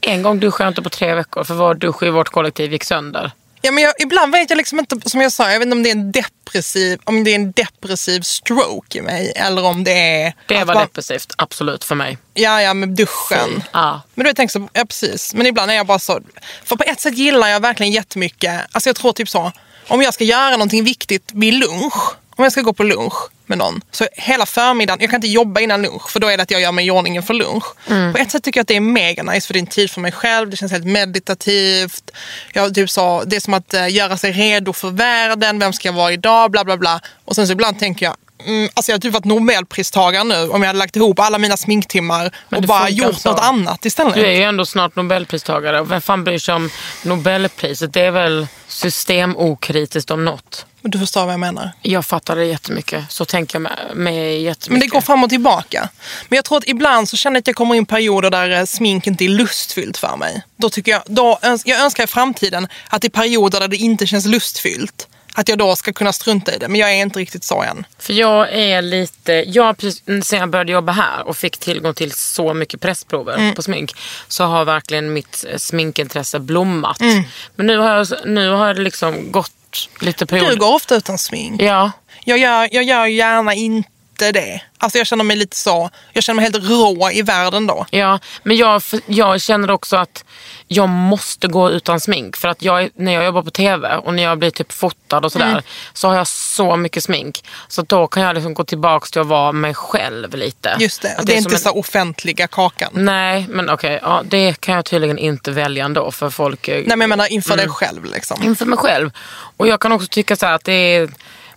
[SPEAKER 1] En gång duschade jag inte på tre veckor för vår dusch i vårt kollektiv gick sönder.
[SPEAKER 4] Ja, men jag, ibland vet jag liksom inte, som jag sa, jag vet inte om det är en depressiv, om det är en depressiv stroke i mig eller om det är...
[SPEAKER 1] Det
[SPEAKER 4] att
[SPEAKER 1] var
[SPEAKER 4] man-
[SPEAKER 1] depressivt, absolut för mig.
[SPEAKER 4] Ja, ja, med duschen.
[SPEAKER 1] Ja.
[SPEAKER 4] Men du tänker så, ja precis. Men ibland är jag bara så, för på ett sätt gillar jag verkligen jättemycket, alltså jag tror typ så, om jag ska göra någonting viktigt vid lunch, Om jag ska gå på lunch med någon, så hela förmiddagen, jag kan inte jobba innan lunch för då är det att jag gör mig i ordning inför lunch. På ett sätt tycker jag att det är mega nice för det är en tid för mig själv, det känns helt meditativt. Jag typ så, det är som att eh, göra sig redo för världen, vem ska jag vara idag, bla bla bla. Och sen så ibland tänker jag, Mm, alltså jag hade typ varit Nobelpristagare nu om jag hade lagt ihop alla mina sminktimmar
[SPEAKER 1] Men
[SPEAKER 4] och
[SPEAKER 1] det
[SPEAKER 4] bara
[SPEAKER 1] funkar
[SPEAKER 4] gjort
[SPEAKER 1] så.
[SPEAKER 4] något annat istället.
[SPEAKER 1] Du är ju ändå snart Nobelpristagare. och Vem fan bryr sig om Nobelpriset? Det är väl systemokritiskt om något.
[SPEAKER 4] Men Du förstår vad jag menar.
[SPEAKER 1] Jag fattar det jättemycket. Så tänker jag med, med jättemycket.
[SPEAKER 4] Men det går fram och tillbaka. Men jag tror att ibland så känner jag att jag kommer in i perioder där eh, smink inte är lustfyllt för mig. Då tycker jag, då, öns- jag önskar i framtiden att i perioder där det inte känns lustfyllt, att jag då ska kunna strunta i det. Men jag är inte riktigt så än.
[SPEAKER 1] För jag är lite, jag har precis, sen jag började jobba här och fick tillgång till så mycket pressprover
[SPEAKER 4] Mm.
[SPEAKER 1] på smink så har verkligen mitt eh, sminkintresse blommat.
[SPEAKER 4] Mm.
[SPEAKER 1] Men nu har, jag, nu har det liksom gått lite period.
[SPEAKER 4] Du går ofta utan smink.
[SPEAKER 1] Ja.
[SPEAKER 4] Jag gör, jag gör gärna inte det. Alltså jag känner mig lite så, jag känner mig helt rå i världen då.
[SPEAKER 1] Ja, men jag, jag känner också att jag måste gå utan smink. För att jag, är- när jag jobbar på TV och när jag blir typ fotad och sådär
[SPEAKER 4] Mm.
[SPEAKER 1] så har jag så mycket smink. Så att då kan jag liksom gå tillbaka till att vara mig själv lite.
[SPEAKER 4] Just det,
[SPEAKER 1] Att
[SPEAKER 4] det, är, inte
[SPEAKER 1] som
[SPEAKER 4] så offentliga kakan.
[SPEAKER 1] Nej, men okej. ja, det kan jag tydligen inte välja ändå för folk... eh,
[SPEAKER 4] Nej men jag menar inför dig själv liksom.
[SPEAKER 1] inför mig själv. Och jag kan också tycka så här att det är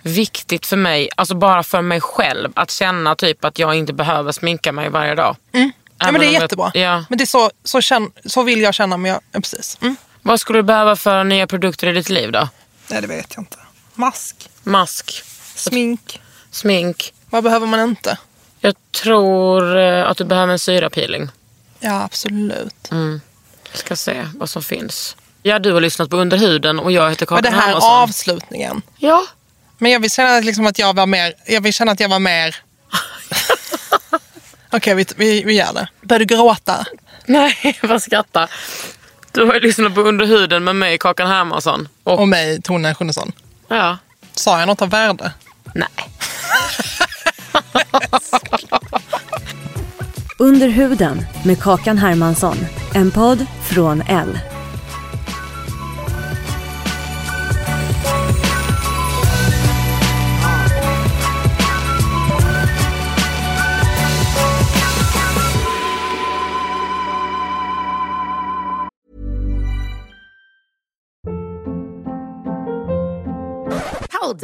[SPEAKER 1] viktigt för mig, alltså bara för mig själv, att känna typ att jag inte behöver sminka mig varje dag.
[SPEAKER 4] Mm. Ja, men
[SPEAKER 1] Även
[SPEAKER 4] det
[SPEAKER 1] om
[SPEAKER 4] är
[SPEAKER 1] jag-
[SPEAKER 4] jättebra.
[SPEAKER 1] Ja.
[SPEAKER 4] Men det är så, så, känn, så vill jag känna mig. Jag, ja, precis. Mm.
[SPEAKER 1] Vad skulle du behöva för nya produkter i ditt liv då?
[SPEAKER 4] Nej, det vet jag inte. Mask,
[SPEAKER 1] Mask,
[SPEAKER 4] smink.
[SPEAKER 1] smink.
[SPEAKER 4] Vad behöver man inte?
[SPEAKER 1] Jag tror eh, att du behöver en syrapeeling.
[SPEAKER 4] Ja, absolut.
[SPEAKER 1] Mm. Jag ska se vad som finns. Ja, du har lyssnat på Under huden och jag heter
[SPEAKER 4] Men
[SPEAKER 1] Kakan
[SPEAKER 4] det här
[SPEAKER 1] Hermansson.
[SPEAKER 4] avslutningen.
[SPEAKER 1] Ja.
[SPEAKER 4] Men jag vill känna liksom att jag var mer... Jag vill känna att jag var mer... Okej, vi, vi, vi gör det. Börjar du gråta?
[SPEAKER 1] Nej, vad skratta. Du har ju lyssnat på Under huden med mig, Kakan Hermansson. Och,
[SPEAKER 4] Och mig, Tone Schunnesson.
[SPEAKER 1] ja.
[SPEAKER 4] Sa jag något av värde?
[SPEAKER 1] Nej.
[SPEAKER 2] Under huden med Kakan Hermansson. En podd från L.
[SPEAKER 5] Hold